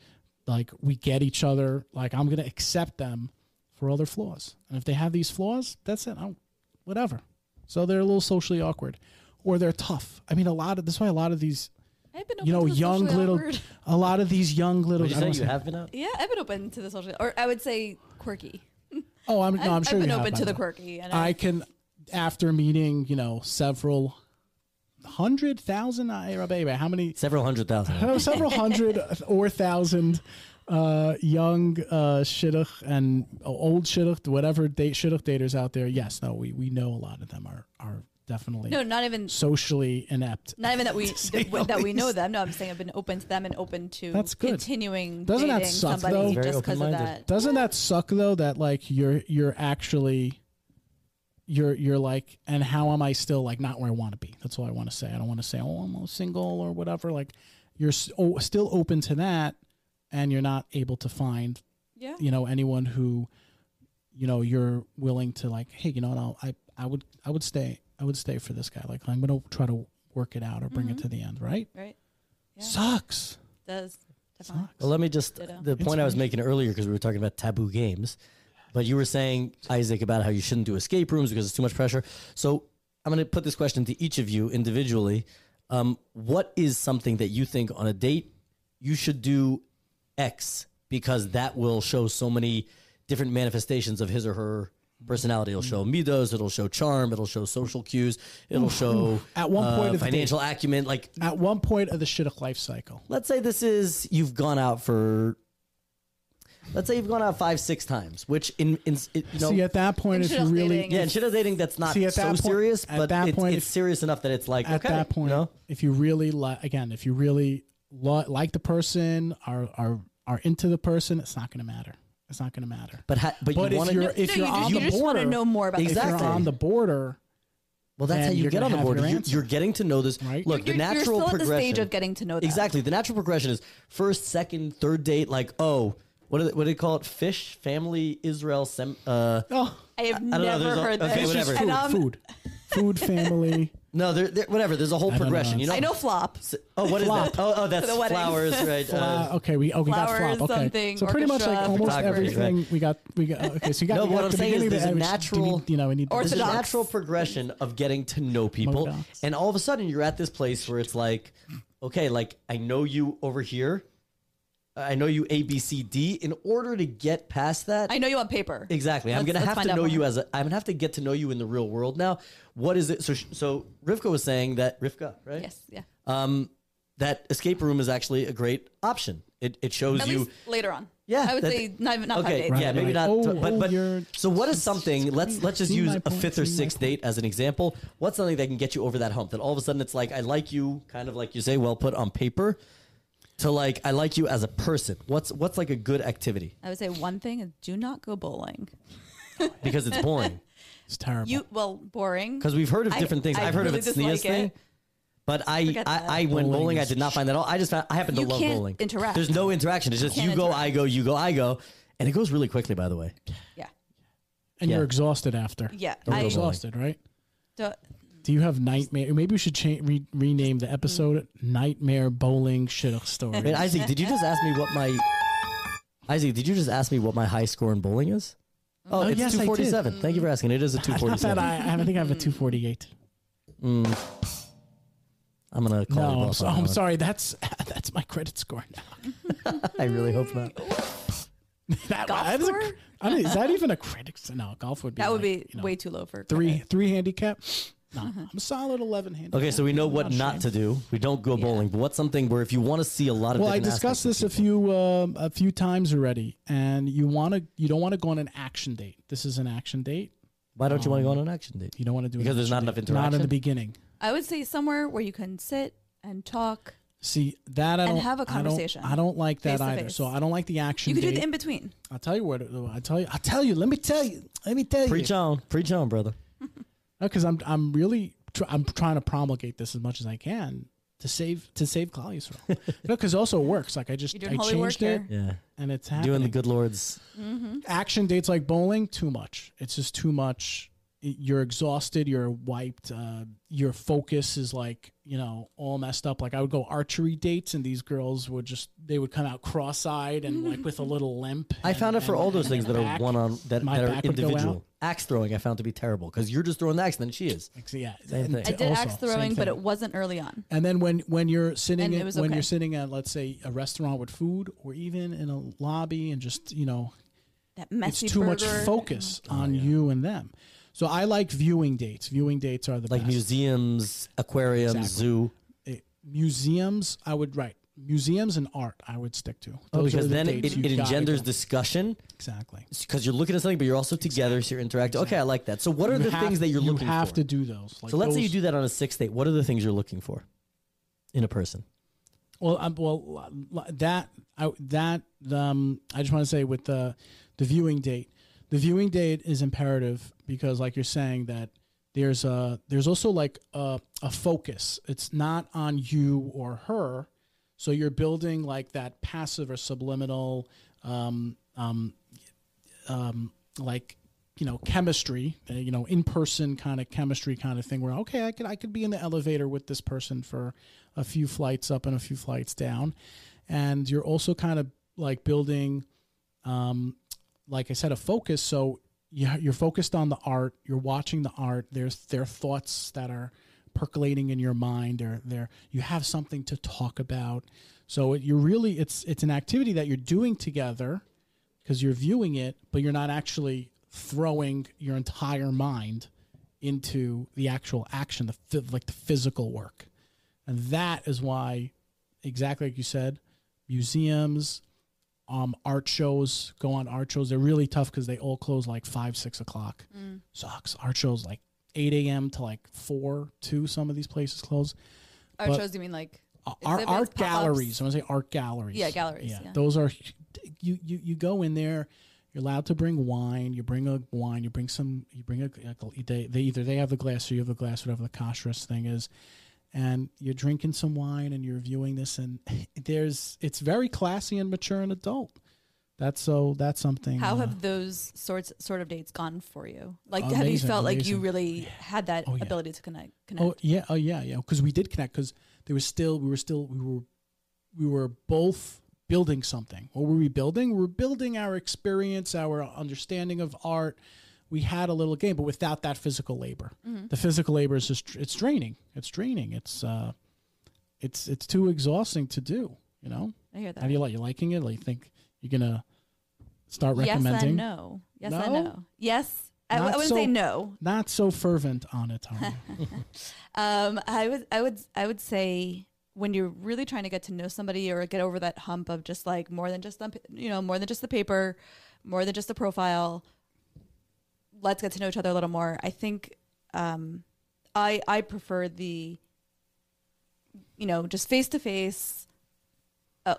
S2: like we get each other, like I'm going to accept them for all their flaws. And if they have these flaws, that's it. I don't, whatever. So they're a little socially awkward, or they're tough. I mean, a lot of that's why a lot of these,
S4: I've been open
S2: you know,
S4: to the
S2: young
S4: socially
S2: little,
S4: awkward.
S2: a lot of these young little.
S3: Would you
S2: I don't
S3: say
S2: wanna say-
S3: you have been out?
S4: Yeah, I've been open to the social, or I would say quirky.
S2: Oh, I'm no, I'm
S4: I've,
S2: sure you
S4: I've been
S2: have,
S4: open
S2: by
S4: to
S2: the
S4: the
S2: way.
S4: quirky, and
S2: I
S4: I,
S2: can, after meeting, you know, several hundred thousand, I, oh, baby, how many?
S3: Several hundred thousand.
S2: know, several hundred or thousand uh, young uh, shidduch and uh, old shidduch, whatever date shidduch daters out there. Yes, no, we, we know a lot of them are are definitely
S4: no, not even
S2: socially inept.
S4: not even that we
S2: say
S4: that, we-
S2: the
S4: that we know
S2: least.
S4: them. No, I'm saying I've been open to them and open to
S2: That's good.
S4: continuing
S2: Doesn't that
S4: dating
S2: suck, though?
S4: somebody
S3: Very
S4: just because of
S3: open-minded.
S4: that.
S2: Doesn't that suck though? That like you're you're actually you're you're like, and how am I still like not where I want to be? That's all I want to say. I don't want to say oh I'm single or whatever. Like you're s- o- still open to that, and you're not able to find
S4: yeah,
S2: you know anyone who you know you're willing to like hey you know what I'll, i i would i would stay i would stay for this guy like i'm gonna try to work it out or bring it to the end right
S4: right. Yeah.
S2: sucks
S4: Does definitely.
S2: sucks
S3: Well, let me just
S4: Ditto.
S3: the point I was making earlier because we were talking about taboo games, but you were saying Isaac about how you shouldn't do escape rooms because it's too much pressure. So I'm going to put this question to each of you individually. Um, what is something that you think on a date you should do X because that will show so many different manifestations of his or her personality? It'll show midos, it'll show charm, it'll show social cues, it'll show
S2: At one
S3: uh,
S2: point of the date.
S3: financial acumen. Like
S2: at one point of the shidduch life cycle
S3: let's say this is you've gone out for let's say you've gone out five six times which in, in it, you know
S2: see at that point
S4: And
S2: if you
S4: shidduch
S2: really
S4: dating.
S3: yeah and shit is dating that's not
S2: See, at
S3: so
S2: that point-
S3: serious
S2: at
S3: but
S2: that
S3: it's,
S2: point,
S3: it's
S2: if-
S3: serious enough that it's like
S2: at
S3: okay,
S2: that point
S3: you know?
S2: if you really li- again if you really lo- like the person are are are into the person it's not gonna matter it's not gonna matter
S3: but ha- but,
S2: But
S3: you
S2: if
S3: want
S2: you're-
S3: to
S2: if
S4: no,
S2: you're
S4: you,
S2: on
S4: just,
S2: the
S4: you just want to
S2: border-
S4: know more about
S2: if
S3: Exactly.
S2: you're on the border
S3: well that's how
S2: then
S3: you
S2: you're
S3: get
S2: gonna
S3: on the
S2: have
S3: board
S2: your
S3: you're,
S2: answer.
S3: you're getting to know this
S2: Right.
S3: look the
S4: You're- you're
S3: natural
S4: still at the
S3: progression
S4: stage of getting to know them.
S3: exactly the natural progression is first second third date like oh what do they, what do they call it fish family Israel sem- uh
S2: oh
S4: I have
S3: I don't know,
S4: never
S3: there's a-
S4: heard
S3: okay,
S4: that.
S2: it's just
S3: whatever.
S2: food
S4: And, um,
S2: food food family
S3: no there, there whatever there's a whole
S2: I don't know.
S3: progression you know
S4: I know flop.
S3: oh what is that oh, oh that's
S4: the wedding.
S3: flowers right uh,
S2: Uh, okay, we oh we got
S4: flowers,
S2: flop. Okay,
S4: something,
S2: so pretty much like
S4: orchestra,
S2: almost
S3: photography, right.
S2: everything we got. We got okay. So you got
S3: No,
S2: we
S3: but
S2: got
S3: what I'm
S2: the
S3: saying is
S2: beginning
S3: there's a
S2: of it, which- do we-
S3: natural-
S2: You know, we need
S4: Or
S3: There's a
S4: Orthodox.
S3: natural progression of getting to know people,
S2: Orthodox.
S3: and all of a sudden you're at this place where it's like, okay, like I know you over here, I know you A B C D. In order to get past that,
S4: I know you on paper.
S3: exactly, I'm
S4: Let's-
S3: gonna
S4: let's
S3: have
S4: find
S3: to
S4: out
S3: know
S4: more.
S3: you as a, I'm gonna have to get to know you in the real world now. What is it? So, sh- so Rivka was saying that Rivka, right?
S4: Yes, yeah.
S3: Um, that escape room is actually a great option. It it shows
S4: At
S3: you.
S4: least later on.
S3: Yeah,
S4: I would
S3: that-
S4: say not even not five
S3: okay,
S4: days.
S3: yeah,
S2: Right,
S3: maybe
S2: right.
S3: not.
S2: Oh,
S3: to- but
S2: oh,
S3: but
S2: you're-
S3: so what is something? Let's let's just
S2: See
S3: use
S2: my
S3: a
S2: point,
S3: fifth or
S2: see my
S3: sixth date as an example. What's something that can get you over that hump? That all of a sudden it's like I like you, kind of like you say, well put on paper. To like I like you as a person. What's what's like a good activity
S4: I would say one thing is do not go bowling.
S3: because it's boring.
S2: It's terrible.
S4: You well boring.
S3: Because we've heard of
S4: I-
S3: different things.
S4: I
S3: I've heard
S4: really
S3: of it's
S4: dislike
S3: Nia's thing.
S4: it.
S3: But I,
S4: Forget that.
S3: I, I went
S2: Bowling
S3: bowling. I
S2: is
S3: did not find that at all. I just found, I happen to
S4: You
S3: love
S4: can't
S3: bowling.
S4: interact.
S3: There's no interaction. It's just you
S4: can't
S3: go,
S4: interact.
S3: I go, you go, I go, and it goes really quickly. By the way,
S4: Yeah.
S2: and
S3: yeah.
S2: you're exhausted after.
S4: Yeah.
S3: Don't go
S4: I
S3: bowling.
S2: Exhausted, right?
S4: don't,
S2: Do you have nightmare? Maybe we should cha- re- rename
S4: Mm.
S2: the episode "Nightmare Bowling Shidduch Story."
S3: Wait, Isaac, did you just ask me what my Isaac, did you just ask me what my high score in bowling is? Oh,
S2: Oh,
S3: it's
S2: yes, I did.
S3: 247. Thank you for asking. It is a
S2: Not that
S3: 247.
S2: I, I think I have a
S4: Hmm.
S2: 248.
S3: I'm going to call
S2: No,
S3: you
S2: I'm,
S3: off
S2: so,
S3: on that
S2: I'm
S3: one.
S2: sorry. That's that's my credit score now.
S3: I really hope not.
S2: That,
S4: Golf
S2: that is, a-
S4: score?
S2: I mean, is that even a credit? score? No, golf would be
S4: That would
S2: like,
S4: be
S2: you know,
S4: way Uh-huh. too low for
S2: three
S4: credit.
S2: three handicap. No, I'm a solid 11 handicap.
S3: Okay, so we know what
S2: I'm
S3: not
S2: ashamed.
S3: to do. We don't go bowling, but what's something where if you want to see a lot of
S2: Well, I
S3: different
S2: discussed
S3: aspects
S2: this a few um, a few times already, and you want to you don't want to go on an action date. This is an action date.
S3: of- Why don't you want to go on an action date?
S2: You don't want to do an
S3: Because there's
S2: action
S3: not
S2: date.
S3: enough
S2: Not in the
S3: interaction?
S2: beginning.
S4: I would say somewhere where you can sit and talk.
S2: See that I
S4: And
S2: don't
S4: have a
S2: I don't-
S4: conversation.
S2: I don't, like that
S4: Face to
S2: either.
S4: face.
S2: So I don't like the action.
S4: You could do
S2: date.
S4: the in between.
S2: I'll tell you what. I tell you. I'll tell you. Let me tell you. Let me tell
S3: Preach
S2: you.
S3: on, preach on, brother.
S2: Because I'm I'm really tr- I'm trying to promulgate this as much as I can to save to save Claudius from. no, because also it works. Like I just
S4: You're
S2: I
S4: doing holy work
S2: changed it
S4: here.
S3: Yeah,
S2: and it's
S3: doing the
S2: happening.
S3: good Lord's.
S2: action dates like bowling too much. It's just too much. It- You're exhausted. You're wiped. Uh, your focus is like you know all messed up. Like I would go archery dates, and these girls would just they would come out cross-eyed and like with a little limp.
S3: I
S2: and-
S3: found out for
S2: and-
S3: all those
S2: and
S3: things
S2: their
S3: that are
S2: back.
S3: one on that,
S2: my
S3: that are
S2: back would go
S3: individual.
S2: out.
S3: Axe throwing I found to be terrible because you're just throwing the axe, then she is.
S2: Ex- Yeah,
S3: Same
S2: and
S3: thing.
S4: I
S2: to-
S4: did
S2: also,
S4: axe
S2: same
S4: throwing, but
S2: thing.
S4: it wasn't early on.
S2: And then when when you're sitting
S4: And
S2: in,
S4: it was
S2: when you're
S4: okay.
S2: sitting at let's say a restaurant with food or even in a lobby and just you know
S4: That messy
S2: it's too much
S4: burger. Mm-hmm.
S2: focus
S3: Oh,
S2: on you and them. So I like viewing dates. Viewing dates are the
S3: Like
S2: best.
S3: museums, aquariums,
S2: Exactly.
S3: zoo.
S2: it, museums i would write museums and art i would stick to Those
S3: because
S2: are the
S3: then it,
S2: dates
S3: it
S2: you've gotta
S3: engenders
S2: go.
S3: discussion
S2: exactly
S3: because you're looking at something, but you're also together, so you're interacting. Okay, I like that. So, what are
S2: You
S3: the
S2: have-
S3: things that you're
S2: you
S3: looking
S2: have
S3: for?
S2: to do those like
S3: so, let's say
S2: those-
S3: you do that on a sixth date. What are the things you're looking for in a person?
S2: well um, well li- that i that um i just want to say with the the viewing date the viewing date is imperative because like you're saying that there's a there's also like a, a focus it's not on you or her so you're building like that passive or subliminal um um like you know chemistry uh, you know in person kind of chemistry kind of thing where okay i could i could be in the elevator with this person for a few flights up and a few flights down and you're also kind of like building um like i said a focus so you- you're focused on the art you're watching the art there's their thoughts that are percolating in your mind or there you have something to talk about so it, you're really it's it's an activity that you're doing together because you're viewing it, but you're not actually throwing your entire mind into the actual action, the phy- like the physical work, and that is why, exactly like you said, museums, um, art shows go on art shows. They're really tough because they all close like five, six o'clock. Sucks. Art shows like eight a.m. to like four, two. Some of these places close.
S4: Art
S2: but-
S4: shows, you mean like
S2: Uh, art,
S4: exhibits,
S2: art
S4: pop-ups?
S2: galleries. I want to say art galleries.
S4: Yeah, galleries, yeah.
S2: those are you, you. You go in there. You're allowed to bring wine. You bring a wine. You bring some. You bring a. a- They, they either they have the glass or you have the glass, whatever the kosherist thing is, and you're drinking some wine and you're viewing this. And there's it's very classy and mature and adult. That's so. That's something.
S4: How
S2: uh,
S4: have those sorts sort of dates gone for you? Like, have you
S2: Amazing,
S4: felt like you
S2: amazing.
S4: really had that
S2: Oh, yeah.
S4: ability to connect? connect?
S2: Oh yeah, oh yeah, yeah. Because we did connect. Because there was still, we were still, we were, we were both building something. What were we building? We were building our experience, our understanding of art. We had a little game, but without that physical labor,
S4: Mm-hmm.
S2: the physical labor is just it's draining. It's draining. It's uh, it's it's too exhausting to do. You know,
S4: I hear
S2: how
S4: that.
S2: do you like? You liking it? Like, you think you're gonna start
S4: yes, I
S2: recommending?
S4: know. Yes, I
S2: No?
S4: know. Yes, I, I
S2: Not
S4: wouldn't
S2: so-
S4: say no.
S2: Not so fervent on it, Tony.
S4: Um, I would, I would, I would say when you're really trying to get to know somebody or get over that hump of just like more than just the, you know, more than just the paper, more than just the profile. Let's get to know each other a little more. I think, um, I I prefer the, you know, just face to face.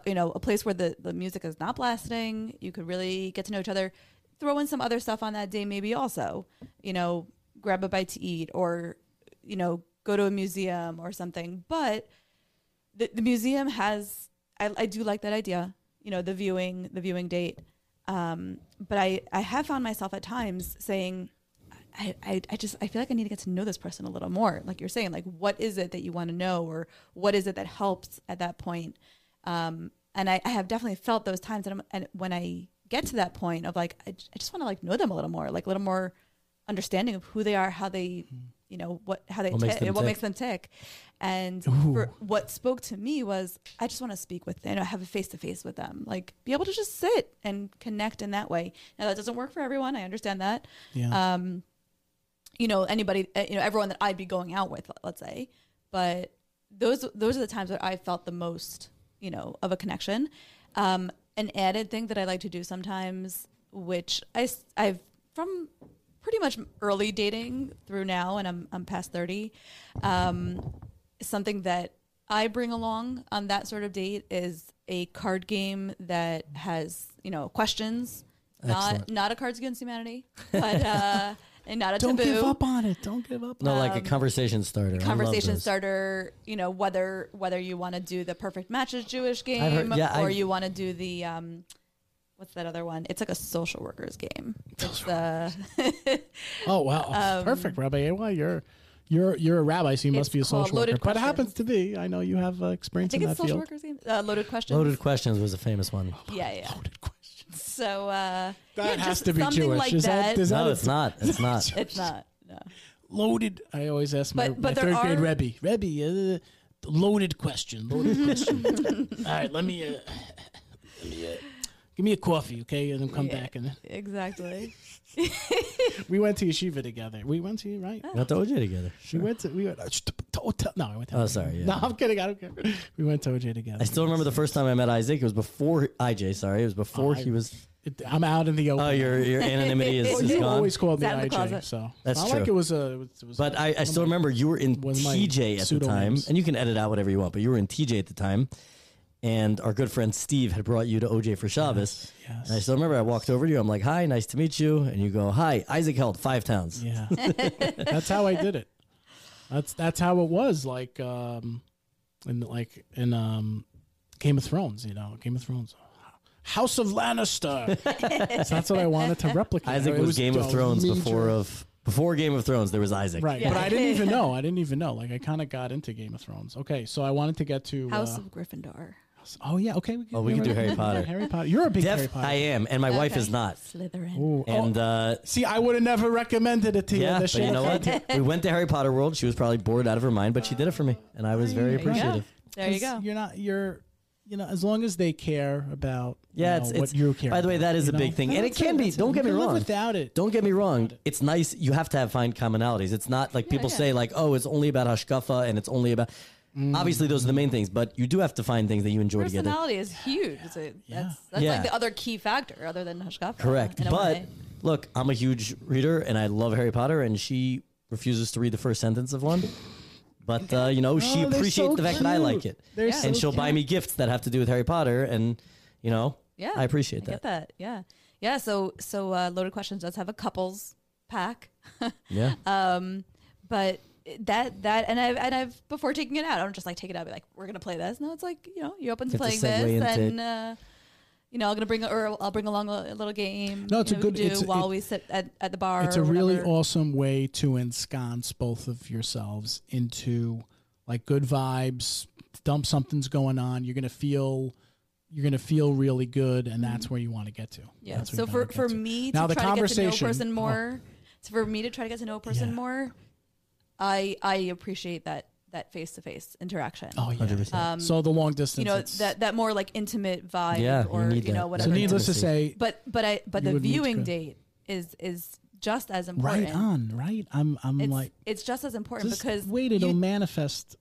S4: You know, a place where the the music is not blasting. You could really get to know each other. Throw in some other stuff on that day, maybe also. You know, grab a bite to eat or you know, go to a museum or something. But the, the museum has, I, I do like that idea, you know, the viewing, the viewing date. Um, but I, I have found myself at times saying, I, I, I just, I feel like I need to get to know this person a little more. Like you're saying, like, what is it that you want to know or what is it that helps at that point? Um, and I, I have definitely felt those times that I'm, and when I get to that point of like, I, j- I just want to like know them a little more, like a little more understanding of who they are, how they, you know, what, how they,
S3: What
S4: tick,
S3: makes them
S4: what
S3: tick.
S4: makes them tick. And for, what spoke to me was, I just want to speak with them, you know, have a face to face with them, like be able to just sit and connect in that way. Now that doesn't work for everyone. I understand that
S2: Yeah.
S4: um, you know, anybody, uh, you know, everyone that I'd be going out with, let's say. But those those are the times that I felt the most, you know, of a connection. Um, an added thing that I like to do sometimes, which I s- I've from pretty much early dating through now, and I'm I'm past thirty. Um, something that I bring along on that sort of date is a card game that has you know questions.
S3: Excellent.
S4: Not not a Cards Against Humanity, but uh, and not a
S2: Don't
S4: taboo
S2: give up on it. Don't give up.
S3: No, like a conversation starter. I love
S4: Um, conversation
S3: those.
S4: starter. You know whether whether you want to do the perfect matches Jewish game
S3: heard- yeah,
S4: or
S3: I've-
S4: you want to do the um, what's that other one? It's like a social workers game. It's uh,
S2: Oh wow, perfect, Rabbi Ewa. You're you're you're a rabbi, so you must
S4: Um, it's
S2: be a
S4: called
S2: social worker.
S4: Loaded
S2: But it happens to be. I know you have uh,
S4: I
S2: experience in
S4: think it's
S2: that
S4: social
S2: field.
S4: workers game. Uh, loaded questions.
S3: Loaded questions was a famous one.
S4: Yeah, yeah.
S2: Loaded question.
S4: So uh,
S2: That
S4: yeah,
S2: has
S4: just
S2: to be
S4: something
S2: Jewish.
S4: Like
S2: Is that-
S4: that,
S2: does-
S3: No,
S2: a-
S3: it's not. It's not.
S4: it's not. No.
S2: Loaded. I always ask my,
S4: But-
S2: my
S4: but there
S2: third grade
S4: are-
S2: Rebbe. Rebbe, uh, loaded question. Loaded question. All right, let me. Uh, let me, uh, Give me a coffee, okay, and then come
S4: Yeah.
S2: back. And then-
S4: Exactly.
S2: we went to yeshiva together. We went to right.
S4: Oh.
S3: Not the OJ together.
S2: We went to we went uh, to hotel. No, I went to.
S3: Oh, sorry, yeah.
S2: No, I'm kidding. I don't care. We went to OJ together.
S3: I still remember the first time I met Isaac. It was before IJ. Sorry, it was before he was.
S2: It- I'm out in the open.
S3: Oh, your your anonymity is,
S4: Well,
S3: is
S2: you
S3: gone.
S2: always called me
S4: It's out of the
S2: IJ,
S4: closet.
S2: so
S3: That's
S2: not
S3: true.
S2: like it was a. It was, it was-
S3: But I, I still remember you were in
S2: was my
S3: TJ at the time,
S2: pseudonyms.
S3: and you can edit out whatever you want. But you were in TJ at the time, and our good friend Steve had brought you to OJ for Shabbos.
S2: yes.
S3: And I still remember I walked over to you. I'm like, "Hi, nice to meet you," and you go, "Hi, Isaac Held, Five Towns."
S2: yeah, that's how I did it. That's that's how it was. Like um, in like in um, Game of Thrones, you know, Game of Thrones. House of Lannister. so that's what I wanted to replicate.
S3: Isaac
S2: It
S3: was, Game of
S2: a
S3: Thrones
S2: major-
S3: before of before Game of Thrones. There was Isaac.
S2: Right,
S4: Yeah.
S2: but I didn't even know. I didn't even know. Like I kind of got into Game of Thrones. Okay, so I wanted to get to
S4: House
S2: uh,
S4: of Gryffindor.
S2: Oh yeah, okay. We can,
S3: Oh, we can do Harry Potter.
S2: Harry Potter. You're a big Harry
S3: Def,
S2: Potter.
S3: I am, and my wife
S4: Okay.
S3: is not.
S4: Slytherin.
S2: Ooh, oh,
S3: And uh,
S2: See, I would have never recommended it to you.
S3: yeah,
S2: This
S3: but you
S2: shit.
S3: know what? we went to Harry Potter World. She was probably bored out of her mind, but she did it for me, and I was very
S2: There you go.
S3: appreciative.
S4: There you
S2: Because
S4: go.
S2: You're not. You're. You know, as long as they care about. you
S3: Yeah,
S2: know,
S3: it's, it's
S2: what you care.
S3: By the way,
S2: about,
S3: that is
S2: you
S3: a big
S2: know?
S3: thing,
S2: No,
S3: and it
S2: that's
S3: can be.
S2: that's
S3: Don't
S2: You
S3: get me
S2: can
S3: wrong.
S2: Live without it.
S3: Don't get me wrong. It's nice. You have to have find commonalities. It's not like people
S4: yeah.
S3: say like, oh, it's only about hashkafa and it's only about.
S2: Mm.
S3: Obviously, those are the main things, but you do have to find things that you enjoy together.
S4: Personality is huge. It's a- That's, that's
S3: Yeah.
S4: like the other key factor other than Hushkapa.
S3: Correct. But look, I'm a huge reader and I love Harry Potter, and she refuses to read the first sentence of one. But uh, you know, she
S2: Oh, they're
S3: appreciates
S2: so
S3: the fact that I like
S2: cute.
S3: it,
S2: They're
S4: Yeah. so
S3: and she'll buy me gifts that have to do with Harry Potter, and you know,
S4: yeah,
S3: I appreciate
S4: I
S3: that.
S4: get that. Yeah. Yeah. So, so uh, Loaded Questions does have a couples pack.
S3: Yeah,
S4: Uh, but that that and I've and I've before taking it out, I don't just like take it out. And be like, we're gonna play this. No, it's like you know, you're open to
S3: You have
S4: playing
S3: to segue
S4: this,
S3: into
S4: and uh, you know, I'm gonna bring or I'll bring along a, a little game.
S2: No, it's
S4: you
S2: a
S4: know, we
S2: good-
S4: do
S2: it's a-
S4: while
S2: it-
S4: we sit at, at the bar.
S2: it's
S4: or
S2: a really
S4: whatever.
S2: awesome way to ensconce both of yourselves into like good vibes dump something's going on you're gonna feel you're gonna feel really good and that's where you want to get to
S4: yeah.
S2: That's where
S4: So
S2: you
S4: for
S2: wanna get
S4: for
S2: to.
S4: me to
S2: Now the
S4: try to get to know a
S2: conversation-
S4: person
S2: oh.
S4: more, so for me to try to get to know a person
S2: Yeah.
S4: more, I I appreciate that that face to face interaction.
S2: oh yeah
S3: 100%.
S2: so the long distance
S4: um, you know
S2: it's-
S4: that that more like intimate vibe,
S3: Yeah, you
S4: or you,
S3: need that.
S4: know
S3: So
S2: so
S4: whatever. it
S2: needless to
S3: Intimacy.
S2: say
S4: But but I but
S2: You
S4: the
S2: would need to
S4: viewing
S2: go-
S4: date is is just as important.
S2: right on right i'm i'm
S4: It's,
S2: like
S4: it's just as important
S2: just
S4: because
S2: wait it'll
S4: you,
S2: manifest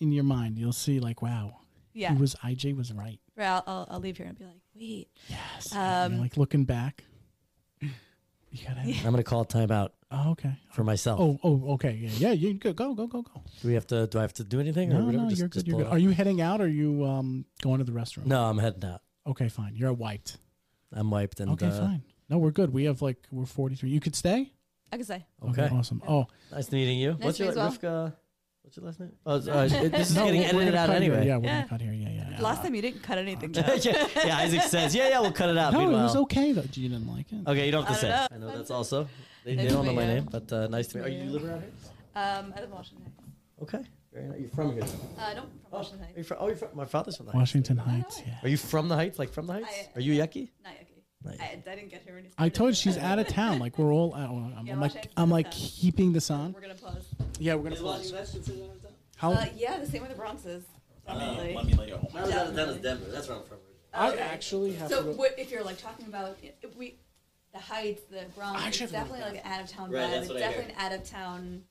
S2: in your mind you'll see like wow
S4: yeah.
S2: he was ij was right
S4: Right, I'll, I'll, I'll leave here and be like, wait,
S2: yes And you're
S4: Um,
S2: like looking back you gotta have,
S3: I'm gonna call timeout
S2: oh, okay
S3: for myself.
S2: Oh, oh, okay. Yeah, yeah. You go, go, go, go, go.
S3: Do we have to? Do I have to do anything?
S2: No,
S3: or we don't
S2: no,
S3: just,
S2: you're
S3: just
S2: good. You're
S3: pull
S2: good.
S3: it
S2: Are
S3: off?
S2: you heading out? Or are you um going to the restroom?
S3: No, I'm heading out.
S2: Okay, fine. You're wiped.
S3: I'm wiped. And,
S2: Okay,
S3: uh,
S2: fine. No, we're good. We have like we're 43. You could stay.
S4: I can say.
S3: Okay.
S2: awesome. Oh,
S3: Nice meeting you. what's
S4: to
S3: your
S4: meet you as
S3: Rivka? What's your last name? Oh, it's, uh, it- this is
S2: no,
S3: getting
S2: we're- we're
S3: edited
S2: gonna
S3: out
S2: cut here.
S3: anyway.
S2: Yeah, we're
S4: Yeah.
S2: gonna cut here. Yeah, yeah. yeah.
S4: Last time you didn't cut anything. though.
S3: yeah, yeah, Isaac says, yeah, yeah, we'll cut it out.
S2: no, it
S3: Meanwhile-
S2: was okay though. You didn't like it.
S3: Okay, you don't have to
S4: I
S3: say.
S4: don't
S3: I
S4: know.
S3: know that's also. They,
S4: Nice
S3: they don't know
S4: to
S3: my
S4: meet you.
S3: name, but uh, nice to meet you. Are you living out here?
S4: Um, I live in Washington.
S3: Okay. Very nice. You're from here.
S4: Uh, no, from
S3: Oh,
S4: Washington
S3: you're from, oh, you're from, my father's from the Heights.
S2: Washington Heights. Yeah.
S3: Are you from the Heights? Like from the Heights?
S4: I-
S3: Are you yucky?
S4: Not Yucky.
S3: Not
S4: I, I didn't get here when you
S2: I
S4: started.
S2: told you she's out of town. Like we're all. Out. I'm,
S4: Yeah,
S2: I'm
S4: watch
S2: like
S4: out for
S2: I'm
S4: the
S2: like
S4: sun.
S2: keeping this on.
S4: We're gonna pause.
S2: Yeah, we're gonna pause. How?
S4: Uh, yeah, the same with the Bronx is. Definitely.
S3: That was, that was Denver. That's where I'm from.
S2: I actually have
S4: so
S2: to. Go,
S4: what, if you're like talking about if we, the Heights, the Bronx,
S2: I
S4: it's
S2: actually haven't
S4: definitely like an out of town
S3: Right,
S4: vibe.
S3: that's
S4: It's
S3: what I
S4: definitely an out of town.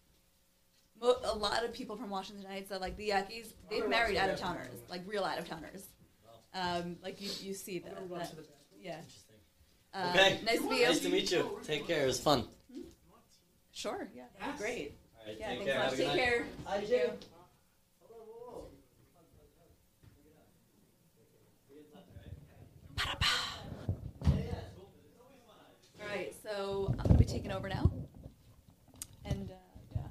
S4: mo- A lot of people from Washington Heights are like the Yankees. They've married out of towners, like real out of towners. Um, like you, you see that. that- yeah. Uh,
S3: Okay.
S4: Nice to meet you.
S3: Nice to meet you. Take care. It was fun.
S4: Sure. Yeah. that'd be Great.
S3: All right,
S4: Yeah.
S3: take
S4: thanks
S3: care. Have
S4: so
S3: a good
S4: much. Take
S3: night.
S4: care. Thank you. All right, so I'm gonna be taking over now. And uh, yeah.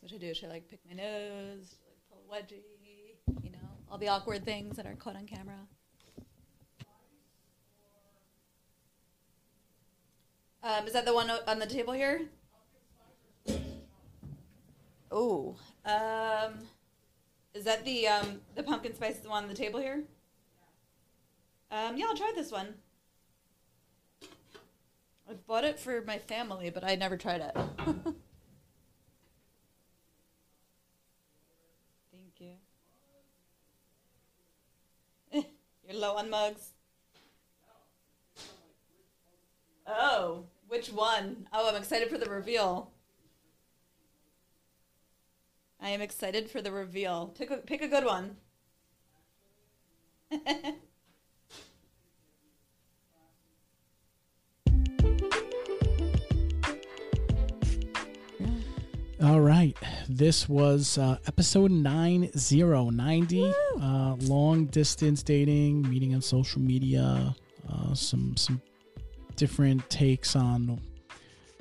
S4: What should I do? Should I like pick my nose? Should I pull a wedgie? You know, all the awkward things that are caught on camera. Um, is that the one o- on the table here? Oh, um, is that the um, the pumpkin spice one on the table here? Um, yeah, I'll try this one. I bought it for my family, but I never tried it. Thank you. You're low on mugs. Oh, which one? Oh, I'm excited for the reveal. I am excited for the reveal. Pick a, pick a good one.
S2: all right, this was uh, episode nine zero ninety. Uh, long distance dating, meeting on social media, uh, some some different takes on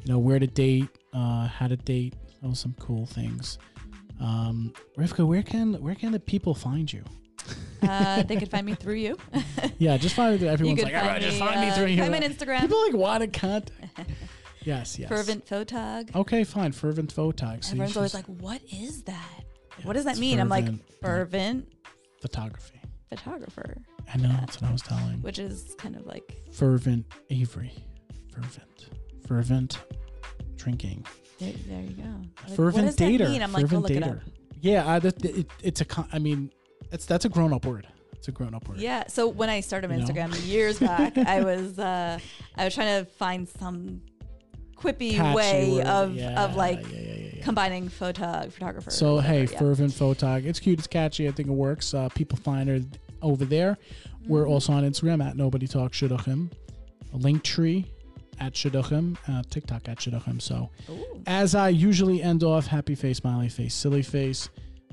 S2: you know where to date, uh, how to date. Oh, some cool things. Um, Rivka, where can where can the people find you?
S4: uh, they could find me through you.
S2: Yeah, just find everyone's
S4: could
S2: like, all right, just
S4: find
S2: find
S4: me,
S2: me
S4: uh,
S2: through here.
S4: find me on Instagram.
S2: People like want to contact. yes, yes.
S4: Fervent photog.
S2: Okay, fine. Fervent photog. So you
S4: Everyone's
S2: should
S4: always
S2: just-
S4: like, "What is that?
S2: Yeah,
S4: what does that
S2: it's
S4: mean?" I'm like,
S2: fervent, uh,
S4: "Fervent
S2: photography.
S4: photographer,"
S2: I know that's what I was telling.
S4: which is kind of like
S2: Fervent Avery. Fervent. Fervent drinking.
S4: there, there you go. Like,
S2: fervent
S4: what does
S2: dater.
S4: That mean? I'm
S2: fervent
S4: like, go look
S2: dater.
S4: it up.
S2: Yeah, I, that, it, it's a. Con- I mean, it's that's a grown up word. It's a grown up word.
S4: Yeah. So when I started my
S2: You know?
S4: Instagram years back, I was uh, I was trying to find some quippy
S2: Catchy
S4: way
S2: word.
S4: of
S2: Yeah,
S4: of like
S2: yeah, yeah, yeah, yeah.
S4: combining photog photographer. or
S2: So hey,
S4: whatever, yeah.
S2: fervent photog. It's cute. It's catchy. I think it works. Uh, people find her over there.
S4: Mm-hmm.
S2: We're also on Instagram at nobody talk shidduchim, Linktree at shidduchim, uh, TikTok at shidduchim. So
S4: Ooh.
S2: as I usually end off, happy face, smiley face, silly face.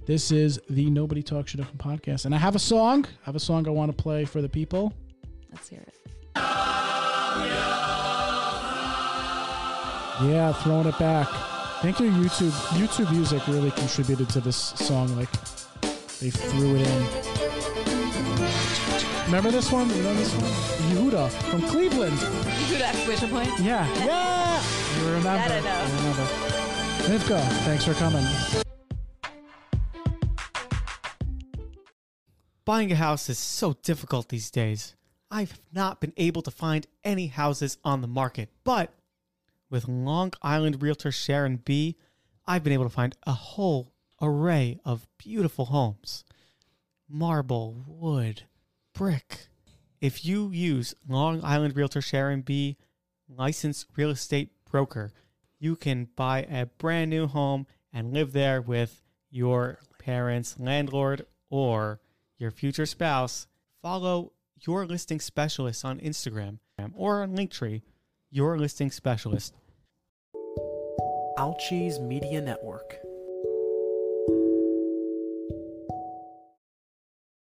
S2: This is the Nobody Talk Shidduchim podcast, and I have a song. I have a song I want to play for the people.
S4: Let's hear it.
S2: Yeah, throwing it back. I think your YouTube YouTube music really contributed to this song. Like they threw it in. Remember this one? Remember this one? Yehuda from Cleveland.
S4: You could exclamation point.
S2: Yeah, yeah. You remember?
S4: That I know.
S2: You remember? Rivka, thanks for coming.
S5: Buying a house is so difficult these days. I've not been able to find any houses on the market, but with Long Island realtor Sharon B, I've been able to find a whole array of beautiful homes. Marble, wood, brick. If you use Long Island realtor Sharon B, licensed real estate broker, you can buy a brand new home and live there with your parents, landlord, or your future spouse, follow your listing specialist on Instagram or on Linktree, your listing specialist.
S1: Alchi's Media Network.